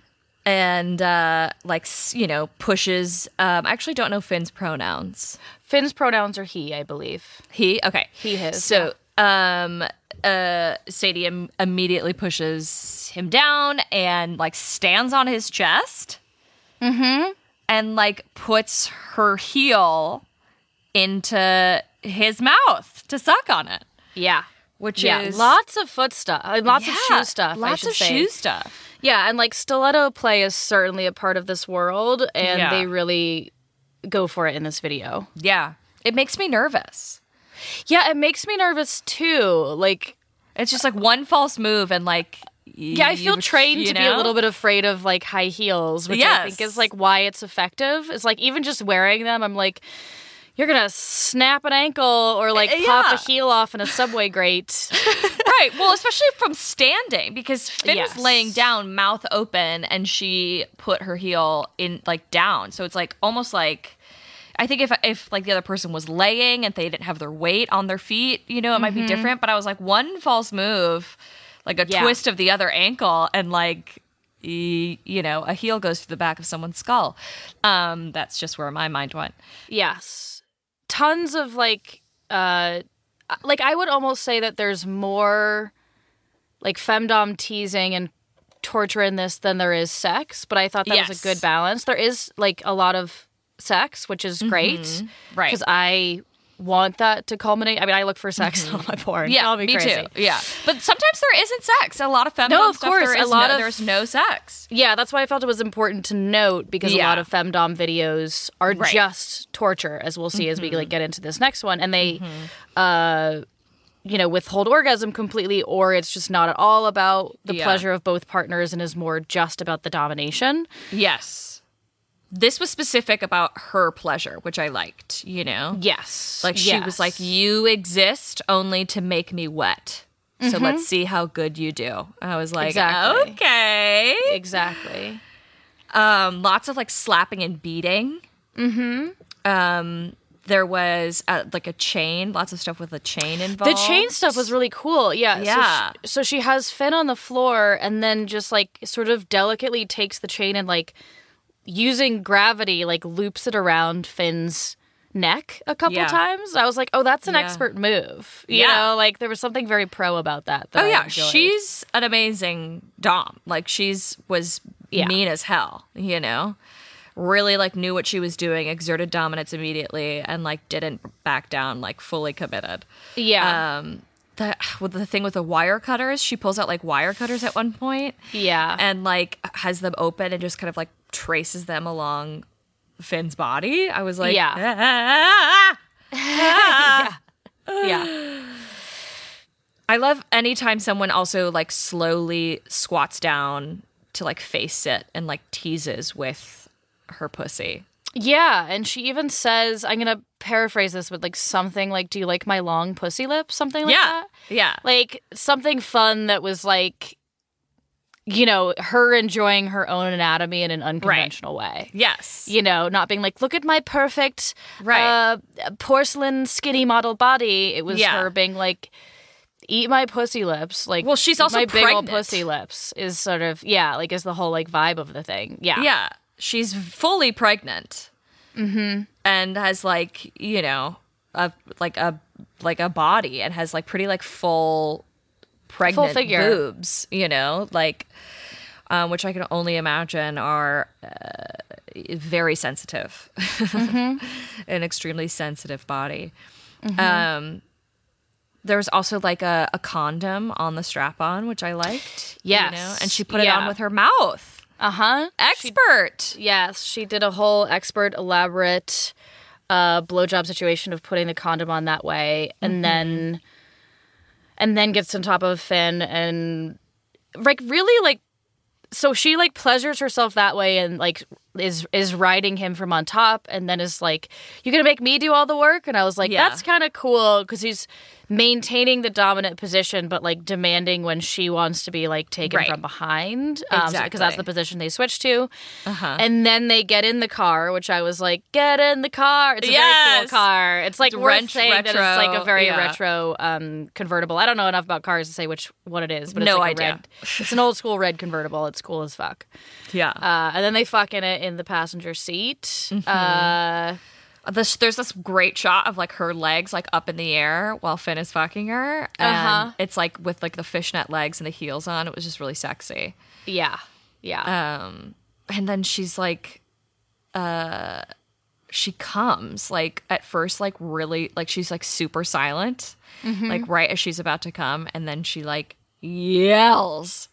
[SPEAKER 2] and uh, like s- you know pushes. Um, I actually don't know Finn's pronouns.
[SPEAKER 3] Finn's pronouns are he, I believe.
[SPEAKER 2] He okay.
[SPEAKER 3] He, his,
[SPEAKER 2] So um uh Sadie im- immediately pushes him down and like stands on his chest.
[SPEAKER 3] Mm-hmm.
[SPEAKER 2] And like puts her heel into his mouth to suck on it,
[SPEAKER 3] Yeah.
[SPEAKER 2] which
[SPEAKER 3] Yeah.
[SPEAKER 2] is
[SPEAKER 3] Lots of foot stuff. uh, Lots of
[SPEAKER 2] Yeah,
[SPEAKER 3] shoe stuff. I
[SPEAKER 2] Lots
[SPEAKER 3] should
[SPEAKER 2] of
[SPEAKER 3] say.
[SPEAKER 2] shoe stuff.
[SPEAKER 3] Yeah, and like stiletto play is certainly a part of this world, and
[SPEAKER 2] Yeah.
[SPEAKER 3] they really go for it in this video.
[SPEAKER 2] Yeah, it makes me nervous.
[SPEAKER 3] Yeah, it makes me nervous too. Like,
[SPEAKER 2] It's just like one false move and like
[SPEAKER 3] yeah, I feel trained to be a little bit afraid of like high heels, which I think
[SPEAKER 2] Yes.
[SPEAKER 3] is like why it's effective. It's like even just wearing them, I'm like, you're gonna snap an ankle or like
[SPEAKER 2] Uh,
[SPEAKER 3] pop
[SPEAKER 2] yeah.
[SPEAKER 3] a heel off in a subway grate.
[SPEAKER 2] right. Well, especially from standing because Finn's
[SPEAKER 3] Yes.
[SPEAKER 2] laying down, mouth open, and she put her heel in like down. So it's like almost like I think if if like the other person was laying and they didn't have their weight on their feet, you know, it might be different. But I was like one false move, like a
[SPEAKER 3] Mm-hmm. Yeah.
[SPEAKER 2] twist of the other ankle, and like y- you know a heel goes to the back of someone's skull um that's just where my mind went
[SPEAKER 3] Yes. Tons of like uh like I would almost say that there's more like femdom teasing and torture in this than there is sex, but I thought that was
[SPEAKER 2] Yes.
[SPEAKER 3] a good balance. There is like a lot of sex, which is great.
[SPEAKER 2] Right.
[SPEAKER 3] Cuz I want that to culminate. I mean, I look for sex on my porn.
[SPEAKER 2] Mm-hmm. yeah
[SPEAKER 3] I'll be
[SPEAKER 2] me
[SPEAKER 3] crazy.
[SPEAKER 2] too yeah but sometimes there isn't sex a lot of femdom
[SPEAKER 3] No, of
[SPEAKER 2] stuff,
[SPEAKER 3] course,
[SPEAKER 2] there
[SPEAKER 3] a
[SPEAKER 2] is
[SPEAKER 3] lot
[SPEAKER 2] no,
[SPEAKER 3] of-
[SPEAKER 2] there's no sex
[SPEAKER 3] Yeah, that's why I felt it was important to note because a lot
[SPEAKER 2] Yeah.
[SPEAKER 3] of femdom videos are just torture, as we'll see as we
[SPEAKER 2] Mm-hmm.
[SPEAKER 3] like get into this next one, and they, uh, you know, withhold orgasm completely, or it's just not at all about the
[SPEAKER 2] Yeah.
[SPEAKER 3] pleasure of both partners and is more just about the domination.
[SPEAKER 2] Yes. This was specific about her pleasure, which I liked, you know?
[SPEAKER 3] Yes,
[SPEAKER 2] Like she was like, You exist only to make me wet. So let's see how good you do. I was like,
[SPEAKER 3] Mm-hmm. Exactly.
[SPEAKER 2] okay.
[SPEAKER 3] exactly,
[SPEAKER 2] Um, lots of like slapping and beating. Mm-hmm. Um, there was uh, like a chain, lots of stuff with a chain
[SPEAKER 3] the
[SPEAKER 2] involved.
[SPEAKER 3] chain stuff was really cool. Yeah, so she-
[SPEAKER 2] Yeah.
[SPEAKER 3] So she, has Finn on the floor, and then just like sort of delicately takes the chain and like using gravity, like loops it around Finn's neck a couple
[SPEAKER 2] Yeah.
[SPEAKER 3] times. I was like, oh, that's an
[SPEAKER 2] Yeah.
[SPEAKER 3] expert move. You
[SPEAKER 2] Yeah.
[SPEAKER 3] know, like there was something very pro about that. that
[SPEAKER 2] Oh
[SPEAKER 3] I
[SPEAKER 2] yeah,
[SPEAKER 3] enjoyed.
[SPEAKER 2] she's an amazing dom. Like she's was
[SPEAKER 3] Yeah.
[SPEAKER 2] mean as hell, you know. Really like knew what she was doing, exerted dominance immediately and like didn't back down, like fully committed.
[SPEAKER 3] yeah,
[SPEAKER 2] Um the with the thing with the wire cutters, she pulls out like wire cutters at one point
[SPEAKER 3] yeah,
[SPEAKER 2] and like has them open and just kind of like traces them along Finn's body. I was like,
[SPEAKER 3] Yeah.
[SPEAKER 2] "Ah!"
[SPEAKER 3] yeah,
[SPEAKER 2] I love anytime someone also like slowly squats down to like face it and like teases with her pussy.
[SPEAKER 3] yeah. And she even says, I'm gonna paraphrase this, but like something like, "Do you like my long pussy lips?" Something like that.
[SPEAKER 2] Yeah.
[SPEAKER 3] like something fun that was like you know, her enjoying her own anatomy in an unconventional way.
[SPEAKER 2] Yes.
[SPEAKER 3] You know, not being like, look at my perfect
[SPEAKER 2] Right.
[SPEAKER 3] uh, porcelain skinny model body. It was
[SPEAKER 2] Yeah.
[SPEAKER 3] her being like, eat my pussy lips. Like,
[SPEAKER 2] Well, she's
[SPEAKER 3] "Eat
[SPEAKER 2] also
[SPEAKER 3] my big old
[SPEAKER 2] pregnant.
[SPEAKER 3] pussy lips is sort of yeah, like is the whole like vibe of the thing. Yeah,
[SPEAKER 2] Yeah. She's fully pregnant.
[SPEAKER 3] Mm-hmm.
[SPEAKER 2] And has like, you know, a like a like a body and has like pretty like full pregnant
[SPEAKER 3] figure.
[SPEAKER 2] boobs, you know, like um, which I can only imagine are uh, very sensitive,
[SPEAKER 3] Mm-hmm.
[SPEAKER 2] an extremely sensitive body. Um, there's also like a, a condom on the strap on, which I liked. you
[SPEAKER 3] Yes.
[SPEAKER 2] know, and she put it on
[SPEAKER 3] Yeah.
[SPEAKER 2] with her mouth.
[SPEAKER 3] Uh huh.
[SPEAKER 2] Expert.
[SPEAKER 3] Yes, she did a whole expert, elaborate uh, blowjob situation of putting the condom on that way, and
[SPEAKER 2] Mm-hmm.
[SPEAKER 3] then and then gets on top of Finn and like really like so she like pleasures herself that way and like is is riding him from on top and then is like you're gonna make me do all the work and i was like
[SPEAKER 2] Yeah.
[SPEAKER 3] that's kind of cool because he's maintaining the dominant position but like demanding when she wants to be like taken
[SPEAKER 2] Right.
[SPEAKER 3] from behind because Um, that's
[SPEAKER 2] Exactly. Uh-huh.
[SPEAKER 3] the position they switch to and then they get in the car which i was like get in the car it's a very
[SPEAKER 2] Yes.
[SPEAKER 3] cool car it's like
[SPEAKER 2] It's
[SPEAKER 3] worth
[SPEAKER 2] wrench
[SPEAKER 3] saying that it's like
[SPEAKER 2] retro,
[SPEAKER 3] a very
[SPEAKER 2] yeah.
[SPEAKER 3] retro um convertible i don't know enough about cars to say which what it is but it's
[SPEAKER 2] No
[SPEAKER 3] like a
[SPEAKER 2] idea.
[SPEAKER 3] red- it's an old school red convertible it's cool as fuck
[SPEAKER 2] Yeah.
[SPEAKER 3] uh, and then they fuck in it in the passenger seat.
[SPEAKER 2] Mm-hmm.
[SPEAKER 3] Uh,
[SPEAKER 2] this, there's this great shot of like her legs like up in the air while Finn is fucking her, and
[SPEAKER 3] Uh-huh.
[SPEAKER 2] it's like with like the fishnet legs and the heels on. It was just really sexy.
[SPEAKER 3] yeah, yeah.
[SPEAKER 2] Um, and then she's like, uh, she comes like at first like really like she's like super silent, like right as she's about to come, and then she like yells.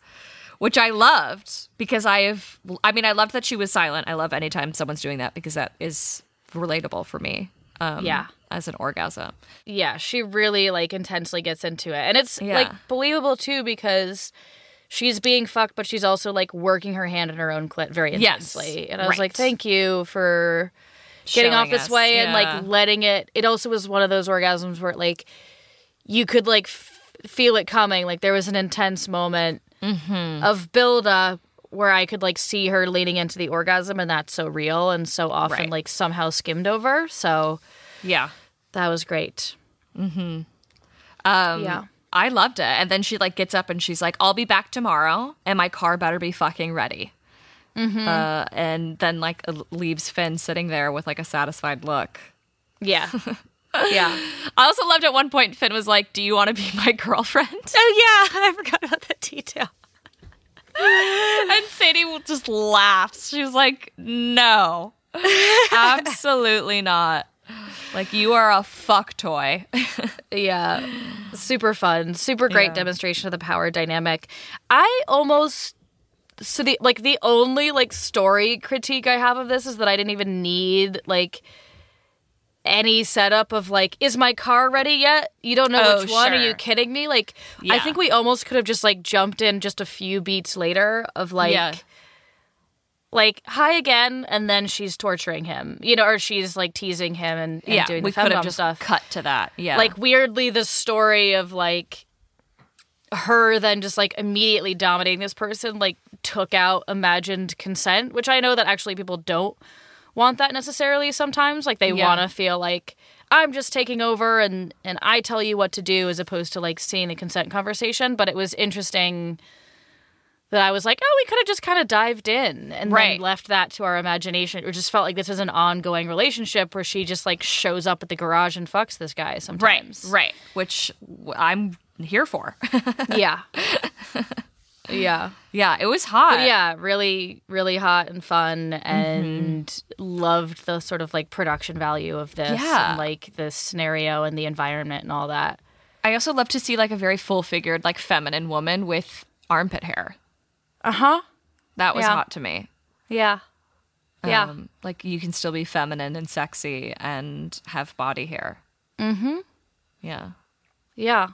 [SPEAKER 2] Which I loved because I have, I mean, I loved that she was silent. I love anytime someone's doing that because that is relatable for me. Um,
[SPEAKER 3] Yeah.
[SPEAKER 2] As an orgasm.
[SPEAKER 3] yeah, she really like intensely gets into it, and it's
[SPEAKER 2] Yeah.
[SPEAKER 3] like believable too because she's being fucked, but she's also like working her hand in her own clit very
[SPEAKER 2] Yes,
[SPEAKER 3] intensely. And I was like,
[SPEAKER 2] right.
[SPEAKER 3] thank you for getting
[SPEAKER 2] Showing
[SPEAKER 3] off this
[SPEAKER 2] us,
[SPEAKER 3] way and
[SPEAKER 2] yeah.
[SPEAKER 3] like letting it. It also was one of those orgasms where it, like you could like f- feel it coming. Like there was an intense moment
[SPEAKER 2] Mm-hmm.
[SPEAKER 3] of build up where I could like see her leaning into the orgasm, and that's so real and so often
[SPEAKER 2] Right.
[SPEAKER 3] like somehow skimmed over. So
[SPEAKER 2] Yeah.
[SPEAKER 3] that was great.
[SPEAKER 2] Mm-hmm. Um,
[SPEAKER 3] Yeah.
[SPEAKER 2] I loved it. And then she like gets up and she's like, I'll be back tomorrow and my car better be fucking ready.
[SPEAKER 3] Mm-hmm.
[SPEAKER 2] Uh, and then like l- leaves Finn sitting there with like a satisfied look.
[SPEAKER 3] Yeah, yeah.
[SPEAKER 2] I also loved at one point Finn was like, "Do you want to be my girlfriend?"
[SPEAKER 3] Oh yeah, I forgot about that detail.
[SPEAKER 2] and Sadie will- just laughs. She was like, "No, absolutely not. Like you are a fuck toy."
[SPEAKER 3] Yeah, super fun, super great demonstration of the power dynamic. I almost so the like the only like story critique I have of this is that I didn't even need like any setup of like is my car ready yet? You don't know
[SPEAKER 2] Oh,
[SPEAKER 3] which one. Are you
[SPEAKER 2] sure.
[SPEAKER 3] kidding me? Like I
[SPEAKER 2] Yeah.
[SPEAKER 3] think we almost could have just like jumped in just a few beats later of like
[SPEAKER 2] Yeah.
[SPEAKER 3] like hi again and then she's torturing him. You know, or she's like teasing him and, and
[SPEAKER 2] yeah,
[SPEAKER 3] doing
[SPEAKER 2] we
[SPEAKER 3] the
[SPEAKER 2] could
[SPEAKER 3] femdom
[SPEAKER 2] have just
[SPEAKER 3] stuff
[SPEAKER 2] cut to that. Yeah,
[SPEAKER 3] like weirdly the story of like her then just like immediately dominating this person like took out imagined consent which i know that actually people don't want that necessarily sometimes like they
[SPEAKER 2] Yeah.
[SPEAKER 3] want to feel like i'm just taking over and and i tell you what to do as opposed to like seeing the consent conversation but it was interesting that i was like oh we could have just kind of dived in and
[SPEAKER 2] Right.
[SPEAKER 3] then left that to our imagination it just felt like this is an ongoing relationship where she just like shows up at the garage and fucks this guy sometimes
[SPEAKER 2] right, which w- I'm here for.
[SPEAKER 3] yeah. yeah.
[SPEAKER 2] yeah, it was hot.
[SPEAKER 3] But yeah, really, really hot and fun and
[SPEAKER 2] Mm-hmm.
[SPEAKER 3] loved the sort of like production value of this
[SPEAKER 2] Yeah.
[SPEAKER 3] and like the scenario and the environment and all that.
[SPEAKER 2] I also love to see like a very full figured, like feminine woman with armpit hair.
[SPEAKER 3] Uh
[SPEAKER 2] Uh-huh.
[SPEAKER 3] huh.
[SPEAKER 2] That was
[SPEAKER 3] Yeah.
[SPEAKER 2] hot to me.
[SPEAKER 3] Yeah. Yeah.
[SPEAKER 2] Um, like you can still be feminine and sexy and have body hair. Mm-hmm. Yeah.
[SPEAKER 3] yeah.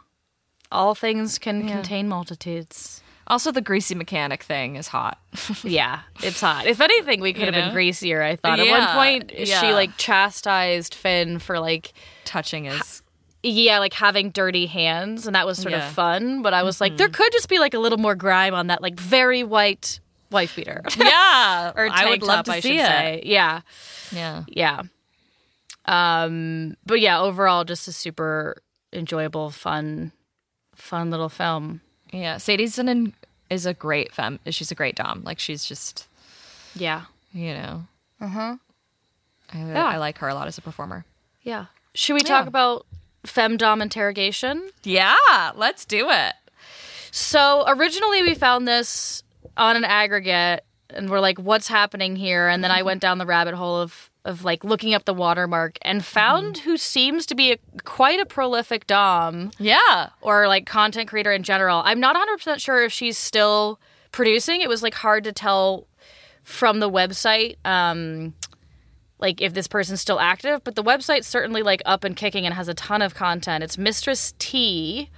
[SPEAKER 3] All things can contain multitudes.
[SPEAKER 2] Also the greasy mechanic thing is hot.
[SPEAKER 3] Yeah, it's hot. If anything, we could have been
[SPEAKER 2] know?
[SPEAKER 3] greasier, I thought.
[SPEAKER 2] Yeah,
[SPEAKER 3] At one point,
[SPEAKER 2] yeah.
[SPEAKER 3] she like chastised Finn for like
[SPEAKER 2] Touching is
[SPEAKER 3] yeah, like having dirty hands, and that was sort
[SPEAKER 2] Yeah. Mm-hmm.
[SPEAKER 3] of fun. But I was like, there could just be like a little more grime on that, like very white wife beater.
[SPEAKER 2] Yeah,
[SPEAKER 3] or
[SPEAKER 2] I would
[SPEAKER 3] tank
[SPEAKER 2] love
[SPEAKER 3] top,
[SPEAKER 2] to
[SPEAKER 3] I
[SPEAKER 2] see
[SPEAKER 3] should
[SPEAKER 2] it.
[SPEAKER 3] say. Yeah,
[SPEAKER 2] Yeah,
[SPEAKER 3] yeah. Um, but yeah, overall, just a super enjoyable, fun, fun little film.
[SPEAKER 2] yeah. Sadie's an is a great femme. She's a great dom. Like she's just
[SPEAKER 3] Yeah,
[SPEAKER 2] you know. Uh huh. I,
[SPEAKER 3] Mm-hmm. Yeah.
[SPEAKER 2] I like her a lot as a performer.
[SPEAKER 3] yeah. Should we talk
[SPEAKER 2] Yeah.
[SPEAKER 3] about femdom interrogation?
[SPEAKER 2] Yeah, let's do it.
[SPEAKER 3] So originally we found this on an aggregate and we're like, what's happening here? And then I went down the rabbit hole of of like looking up the watermark and found who seems to be a, quite a prolific dom
[SPEAKER 2] Yeah.
[SPEAKER 3] or like content creator in general. I'm not 100% sure if she's still producing. It was like hard to tell from the website um like if this person's still active, but the website's certainly like up and kicking and has a ton of content. It's Mistress T.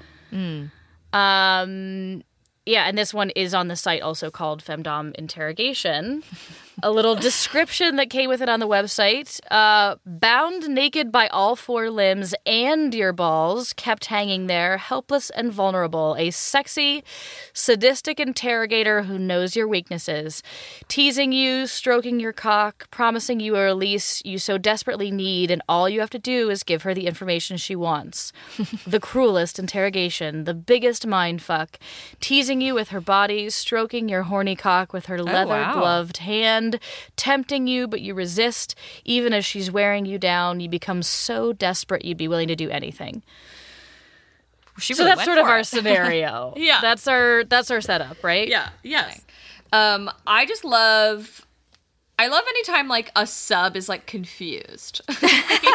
[SPEAKER 3] Um yeah, and this one is on the site also called Femdom Interrogation. A little description that came with it on the website. Uh, bound naked by all four limbs and your balls, kept hanging there, helpless and vulnerable. A sexy, sadistic interrogator who knows your weaknesses, teasing you, stroking your cock, promising you a release you so desperately need, and all you have to do is give her the information she wants. the cruelest interrogation, the biggest mind fuck, teasing you with her body, stroking your horny cock with her leather
[SPEAKER 2] Oh, wow.
[SPEAKER 3] gloved hand, tempting you, but you resist. Even as she's wearing you down, you become so desperate you'd be willing to do anything.
[SPEAKER 2] She
[SPEAKER 3] So
[SPEAKER 2] really went
[SPEAKER 3] that's sort of
[SPEAKER 2] for
[SPEAKER 3] our
[SPEAKER 2] it.
[SPEAKER 3] scenario.
[SPEAKER 2] Yeah.
[SPEAKER 3] that's our that's our setup, right?
[SPEAKER 2] Yeah. Yes. Um, I just love. I love anytime like a sub is like confused. you know what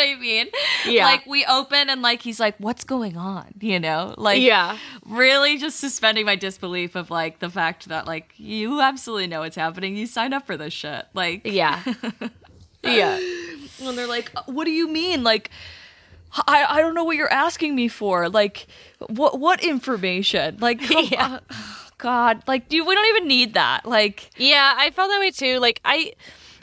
[SPEAKER 2] I mean?
[SPEAKER 3] Yeah.
[SPEAKER 2] Like we open and like he's like, "What's going on?" You know, like
[SPEAKER 3] Yeah.
[SPEAKER 2] really just suspending my disbelief of like the fact that like you absolutely know what's happening. You signed up for this shit. Like
[SPEAKER 3] Yeah. yeah.
[SPEAKER 2] and they're like, "Uh, "What do you mean? Like, I I don't know what you're asking me for. Like, what what information? Like, come on. God, like, dude, we don't even need that. Like,
[SPEAKER 3] Yeah, I felt that way too. Like I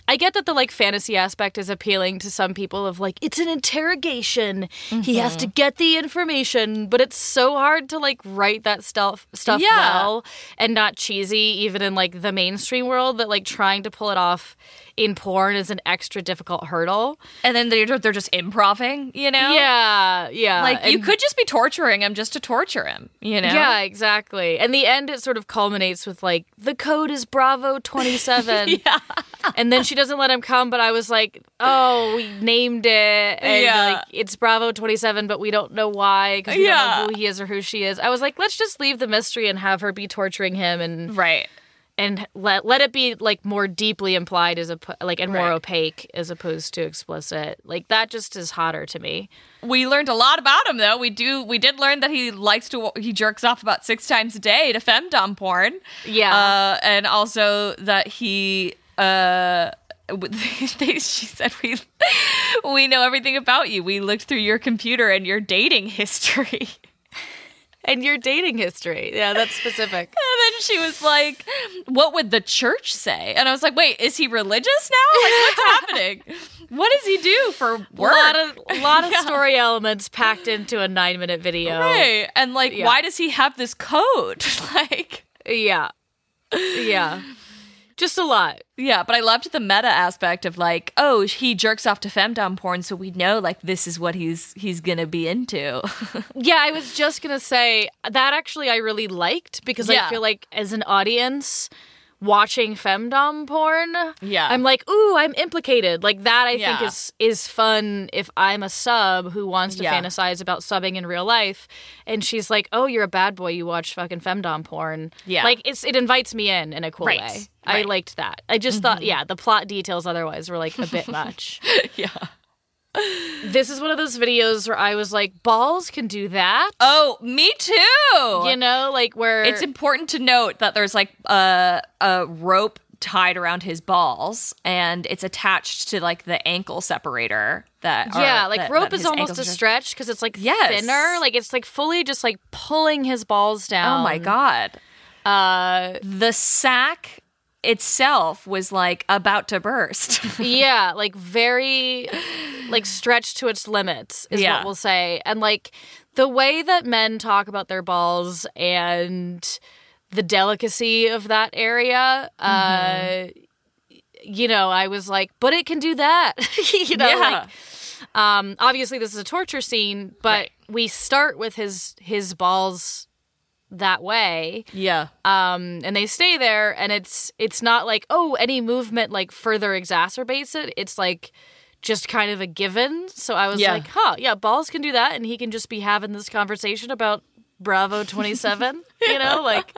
[SPEAKER 3] I get that the like fantasy aspect is appealing to some people of like it's an interrogation. He has
[SPEAKER 2] Mm-hmm.
[SPEAKER 3] to get the information, but it's so hard to like write that stuff stuff
[SPEAKER 2] Yeah.
[SPEAKER 3] well and not cheesy even in like the mainstream world that like trying to pull it off in porn is an extra difficult hurdle.
[SPEAKER 2] and then they're they're just improving, you know?
[SPEAKER 3] Yeah, yeah.
[SPEAKER 2] Like you
[SPEAKER 3] and-
[SPEAKER 2] could just be torturing him just to torture him, you know?
[SPEAKER 3] Yeah, exactly. And the end, it sort of culminates with like the code is Bravo twenty seven. yeah. And then she doesn't let him come, but I was like, oh, we named it, and
[SPEAKER 2] Yeah.
[SPEAKER 3] like it's Bravo twenty seven, but we don't know why because we
[SPEAKER 2] Yeah.
[SPEAKER 3] don't know who he is or who she is. I was like, let's just leave the mystery and have her be torturing him, and
[SPEAKER 2] Right.
[SPEAKER 3] and let let it be like more deeply implied as a like and more
[SPEAKER 2] Right.
[SPEAKER 3] opaque as opposed to explicit. Like that just is hotter to me.
[SPEAKER 2] We learned a lot about him though. We do we did learn that he likes to he jerks off about 6 times a day to femdom porn.
[SPEAKER 3] Yeah.
[SPEAKER 2] Uh, and also that he uh w- they, she said we we know everything about you. We looked through your computer and your dating history.
[SPEAKER 3] and your dating history. Yeah, that's specific.
[SPEAKER 2] And then she was like, "What would the church say?" And I was like, "Wait, is he religious now? Like, what's happening? What does he do for work?"
[SPEAKER 3] lot of lot of story elements packed into a nine minute video.
[SPEAKER 2] Right. And like,
[SPEAKER 3] Yeah.
[SPEAKER 2] why does he have this code? like,
[SPEAKER 3] Yeah. Yeah. Just a lot.
[SPEAKER 2] yeah. But I loved the meta aspect of like, oh, he jerks off to femdom porn, so we know like this is what he's he's gonna be into.
[SPEAKER 3] Yeah, I was just gonna say that actually I really liked because
[SPEAKER 2] Yeah.
[SPEAKER 3] I feel like as an audience watching femdom porn,
[SPEAKER 2] Yeah.
[SPEAKER 3] I'm like, ooh, I'm implicated. Like that I
[SPEAKER 2] Yeah.
[SPEAKER 3] think is is fun if I'm a sub who wants to
[SPEAKER 2] Yeah.
[SPEAKER 3] fantasize about subbing in real life and she's like, Oh, you're a bad boy, you watch fucking femdom porn.
[SPEAKER 2] Yeah.
[SPEAKER 3] Like it's it invites me in in a cool
[SPEAKER 2] Right.
[SPEAKER 3] way. I
[SPEAKER 2] Right. Mm-hmm.
[SPEAKER 3] liked that. I just thought, yeah, the plot details otherwise were like a bit much.
[SPEAKER 2] yeah.
[SPEAKER 3] this is one of those videos where I was like, balls can do that.
[SPEAKER 2] Oh, me too.
[SPEAKER 3] You know, like where
[SPEAKER 2] Oh. It's important to note that there's like a a rope tied around his balls, and it's attached to like the ankle separator. That are-
[SPEAKER 3] yeah, like
[SPEAKER 2] that-
[SPEAKER 3] rope
[SPEAKER 2] that
[SPEAKER 3] is
[SPEAKER 2] his
[SPEAKER 3] almost
[SPEAKER 2] ankles
[SPEAKER 3] a
[SPEAKER 2] are-
[SPEAKER 3] stretch because it's like
[SPEAKER 2] Yes.
[SPEAKER 3] thinner, like it's like fully just like pulling his balls down.
[SPEAKER 2] Oh my god,
[SPEAKER 3] Uh,
[SPEAKER 2] the sack itself was like about to burst.
[SPEAKER 3] yeah, like very like stretched to its limits is
[SPEAKER 2] Yeah.
[SPEAKER 3] what we'll say. And like the way that men talk about their balls and the delicacy of that area,
[SPEAKER 2] Mm-hmm.
[SPEAKER 3] uh, you know, I was like, but it can do that. you know,
[SPEAKER 2] Yeah.
[SPEAKER 3] like, um, obviously this is a torture scene, but we start with his his balls that way
[SPEAKER 2] Yeah.
[SPEAKER 3] um, and they stay there and it's it's not like oh any movement like further exacerbates it it's like just kind of a given so i was
[SPEAKER 2] Yeah.
[SPEAKER 3] like huh yeah balls can do that and he can just be having this conversation about bravo 27 you know like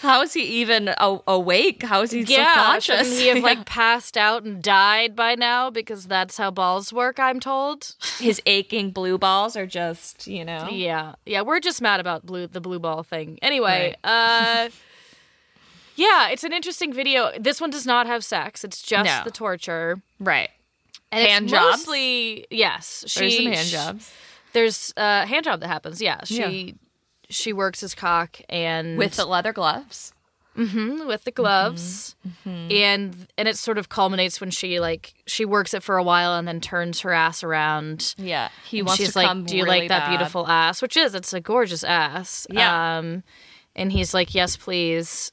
[SPEAKER 2] How is he even a- awake? How is he so
[SPEAKER 3] yeah shouldn't
[SPEAKER 2] conscious?
[SPEAKER 3] he have like passed out and died by now because that's how balls work i'm told
[SPEAKER 2] His aching blue balls are just, you know.
[SPEAKER 3] Yeah, yeah, we're just mad about blue the blue ball thing. Anyway, uh, yeah, it's an interesting video. This one does not have sex; it's just
[SPEAKER 2] No.
[SPEAKER 3] the torture
[SPEAKER 2] Right.
[SPEAKER 3] and
[SPEAKER 2] Hand
[SPEAKER 3] it's
[SPEAKER 2] jobs?
[SPEAKER 3] Mostly, yes, she
[SPEAKER 2] There's some hand
[SPEAKER 3] sh-
[SPEAKER 2] jobs.
[SPEAKER 3] There's a hand job that happens. Yeah, she
[SPEAKER 2] Yeah.
[SPEAKER 3] she works his cock and
[SPEAKER 2] With the leather gloves.
[SPEAKER 3] with the
[SPEAKER 2] Mm-hmm.
[SPEAKER 3] gloves and and it sort of culminates when she like she works it for a while and then turns her ass around
[SPEAKER 2] Yeah. He
[SPEAKER 3] And
[SPEAKER 2] wants
[SPEAKER 3] she's
[SPEAKER 2] to
[SPEAKER 3] like,
[SPEAKER 2] come
[SPEAKER 3] "Do you
[SPEAKER 2] really
[SPEAKER 3] like that
[SPEAKER 2] bad."
[SPEAKER 3] beautiful ass?" Which is, it's a gorgeous ass.
[SPEAKER 2] Yeah.
[SPEAKER 3] Um, and he's like, "Yes, please."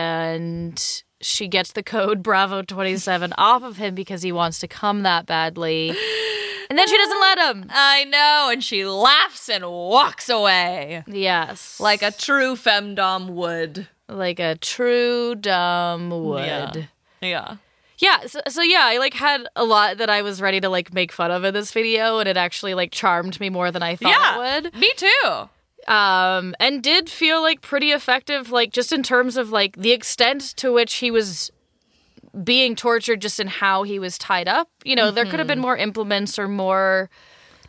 [SPEAKER 3] And she gets the code Bravo twenty seven off of him because he wants to come that badly. And then she doesn't let him.
[SPEAKER 2] I know. And she laughs and walks away.
[SPEAKER 3] Yes,
[SPEAKER 2] Like a true femdom would.
[SPEAKER 3] like a true dumb would.
[SPEAKER 2] Yeah. Yeah.
[SPEAKER 3] Yeah, so, so yeah, I like had a lot that I was ready to like make fun of in this video, and it actually like charmed me more than I thought it would.
[SPEAKER 2] Me too.
[SPEAKER 3] um, and did feel like pretty effective, like just in terms of like the extent to which he was being tortured, just in how he was tied up. You know, there could have
[SPEAKER 2] Mm-hmm.
[SPEAKER 3] been more implements or more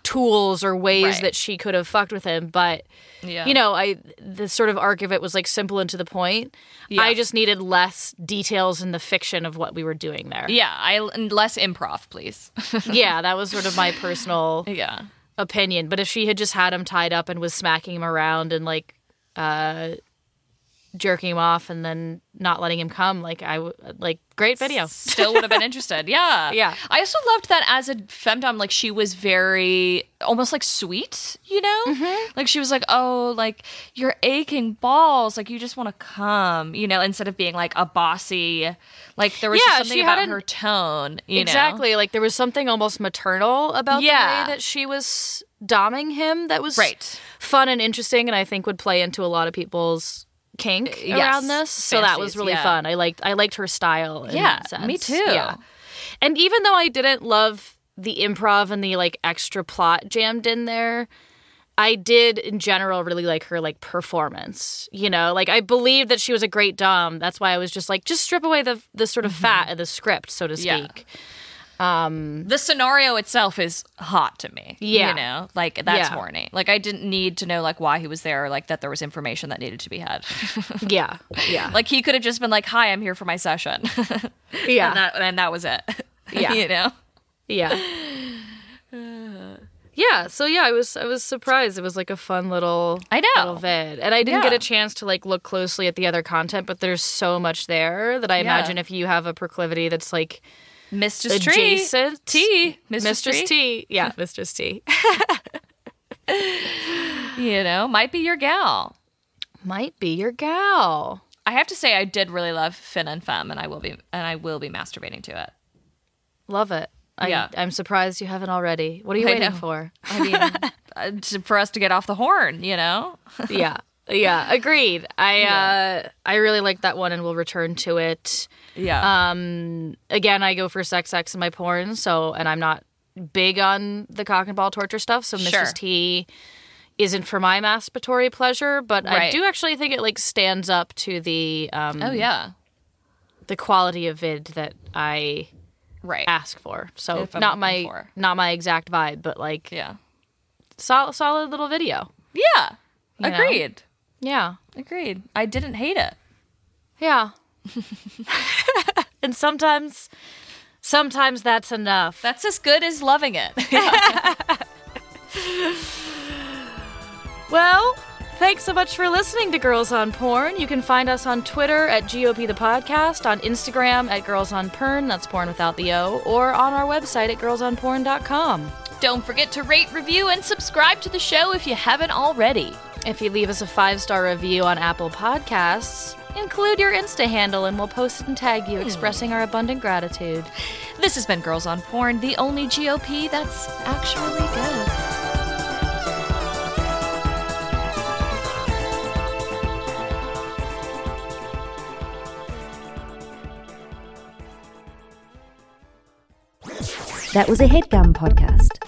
[SPEAKER 3] tools or ways
[SPEAKER 2] Right.
[SPEAKER 3] that she could have fucked with him, but
[SPEAKER 2] Yeah.
[SPEAKER 3] you know, I the sort of arc of it was like simple and to the point.
[SPEAKER 2] Yeah.
[SPEAKER 3] I just needed less details in the fiction of what we were doing there.
[SPEAKER 2] Yeah. I and less improv, please.
[SPEAKER 3] yeah, that was sort of my personal
[SPEAKER 2] yeah.
[SPEAKER 3] opinion, but if she had just had him tied up and was smacking him around and like uh jerking him off and then not letting him come, like I w- like great video.
[SPEAKER 2] still would have been interested. Yeah.
[SPEAKER 3] Yeah.
[SPEAKER 2] I also loved that as a femdom, like she was very almost like sweet, you know?
[SPEAKER 3] Mm-hmm.
[SPEAKER 2] Like she was like, oh, like you're aching balls. Like you just want to come, you know, instead of being like a bossy, like there was
[SPEAKER 3] Yeah,
[SPEAKER 2] just something
[SPEAKER 3] she
[SPEAKER 2] about
[SPEAKER 3] had an-
[SPEAKER 2] her tone, you know?
[SPEAKER 3] Exactly. Like there was something almost maternal about
[SPEAKER 2] Yeah.
[SPEAKER 3] the way that she was doming him that was
[SPEAKER 2] Right.
[SPEAKER 3] fun and interesting and I think would play into a lot of people's kink
[SPEAKER 2] yes,
[SPEAKER 3] around this. So that was
[SPEAKER 2] fancies,
[SPEAKER 3] really
[SPEAKER 2] yeah.
[SPEAKER 3] fun. I liked I liked her style. in
[SPEAKER 2] Yeah,
[SPEAKER 3] that sense.
[SPEAKER 2] me too.
[SPEAKER 3] Yeah. And even though I didn't love the improv and the like extra plot jammed in there, I did in general really like her like performance. You know, like I believed that she was a great dom. That's why I was just like, just strip away the the sort of fat of the script, so to speak.
[SPEAKER 2] Mm-hmm.
[SPEAKER 3] Um,
[SPEAKER 2] Yeah. The scenario itself is hot to me.
[SPEAKER 3] Yeah.
[SPEAKER 2] You know, like that's
[SPEAKER 3] Yeah.
[SPEAKER 2] horny. Like I didn't need to know like why he was there or like that there was information that needed to be had.
[SPEAKER 3] Yeah. Yeah.
[SPEAKER 2] like he could have just been like, hi, I'm here for my session.
[SPEAKER 3] yeah.
[SPEAKER 2] and that and that was it.
[SPEAKER 3] Yeah.
[SPEAKER 2] you know.
[SPEAKER 3] Yeah. Yeah, so yeah, I was I was surprised. It was like a fun little
[SPEAKER 2] I know.
[SPEAKER 3] little vid. And I didn't get
[SPEAKER 2] Oh. Yeah.
[SPEAKER 3] a chance to like look closely at the other content, but there's so much there that I
[SPEAKER 2] Yeah.
[SPEAKER 3] imagine if you have a proclivity that's like
[SPEAKER 2] Mistress
[SPEAKER 3] adjacent
[SPEAKER 2] T. Mistress
[SPEAKER 3] Mistress, T. Yeah, Mistress T.
[SPEAKER 2] Tree, you know, might be your gal.
[SPEAKER 3] Might be your gal.
[SPEAKER 2] I have to say, I did really love Fin and Femme, and I will be and I will be masturbating to it.
[SPEAKER 3] Love it. I,
[SPEAKER 2] Yeah.
[SPEAKER 3] I'm surprised you haven't already. What are you
[SPEAKER 2] I
[SPEAKER 3] waiting
[SPEAKER 2] know.
[SPEAKER 3] for?
[SPEAKER 2] I mean, uh, to- for us to get off the horn, you know.
[SPEAKER 3] yeah yeah agreed i uh i really like that one and we'll return to it
[SPEAKER 2] Yeah,
[SPEAKER 3] again i go for sex sex in my porn so and i'm not big on the cock and ball torture stuff so
[SPEAKER 2] Sure.
[SPEAKER 3] mrs t isn't for my masturbatory pleasure but i
[SPEAKER 2] Right.
[SPEAKER 3] do actually think it like stands up to the um
[SPEAKER 2] oh yeah,
[SPEAKER 3] the quality of vid that i
[SPEAKER 2] right.
[SPEAKER 3] ask for so
[SPEAKER 2] If I'm looking
[SPEAKER 3] not my
[SPEAKER 2] for.
[SPEAKER 3] not my exact vibe but like
[SPEAKER 2] Yeah,
[SPEAKER 3] sol- solid little video
[SPEAKER 2] yeah.
[SPEAKER 3] know?
[SPEAKER 2] Agreed.
[SPEAKER 3] yeah
[SPEAKER 2] Agreed. I didn't hate it.
[SPEAKER 3] Yeah. and sometimes sometimes that's enough.
[SPEAKER 2] That's as good as loving it.
[SPEAKER 3] Well, Thanks so much for listening to Girls on Porn. You can find us on Twitter at GOP the Podcast, on Instagram at Girls on Porn, that's porn without the O, or on our website at girlsonporn.com.
[SPEAKER 2] Don't forget to rate, review, and subscribe to the show if you haven't already.
[SPEAKER 3] If you leave us a five star review on Apple Podcasts, include your Insta handle and we'll post it and tag you, expressing our abundant gratitude.
[SPEAKER 2] This has been Girls on Porn, the only GOP that's actually good.
[SPEAKER 4] That was a headgum podcast.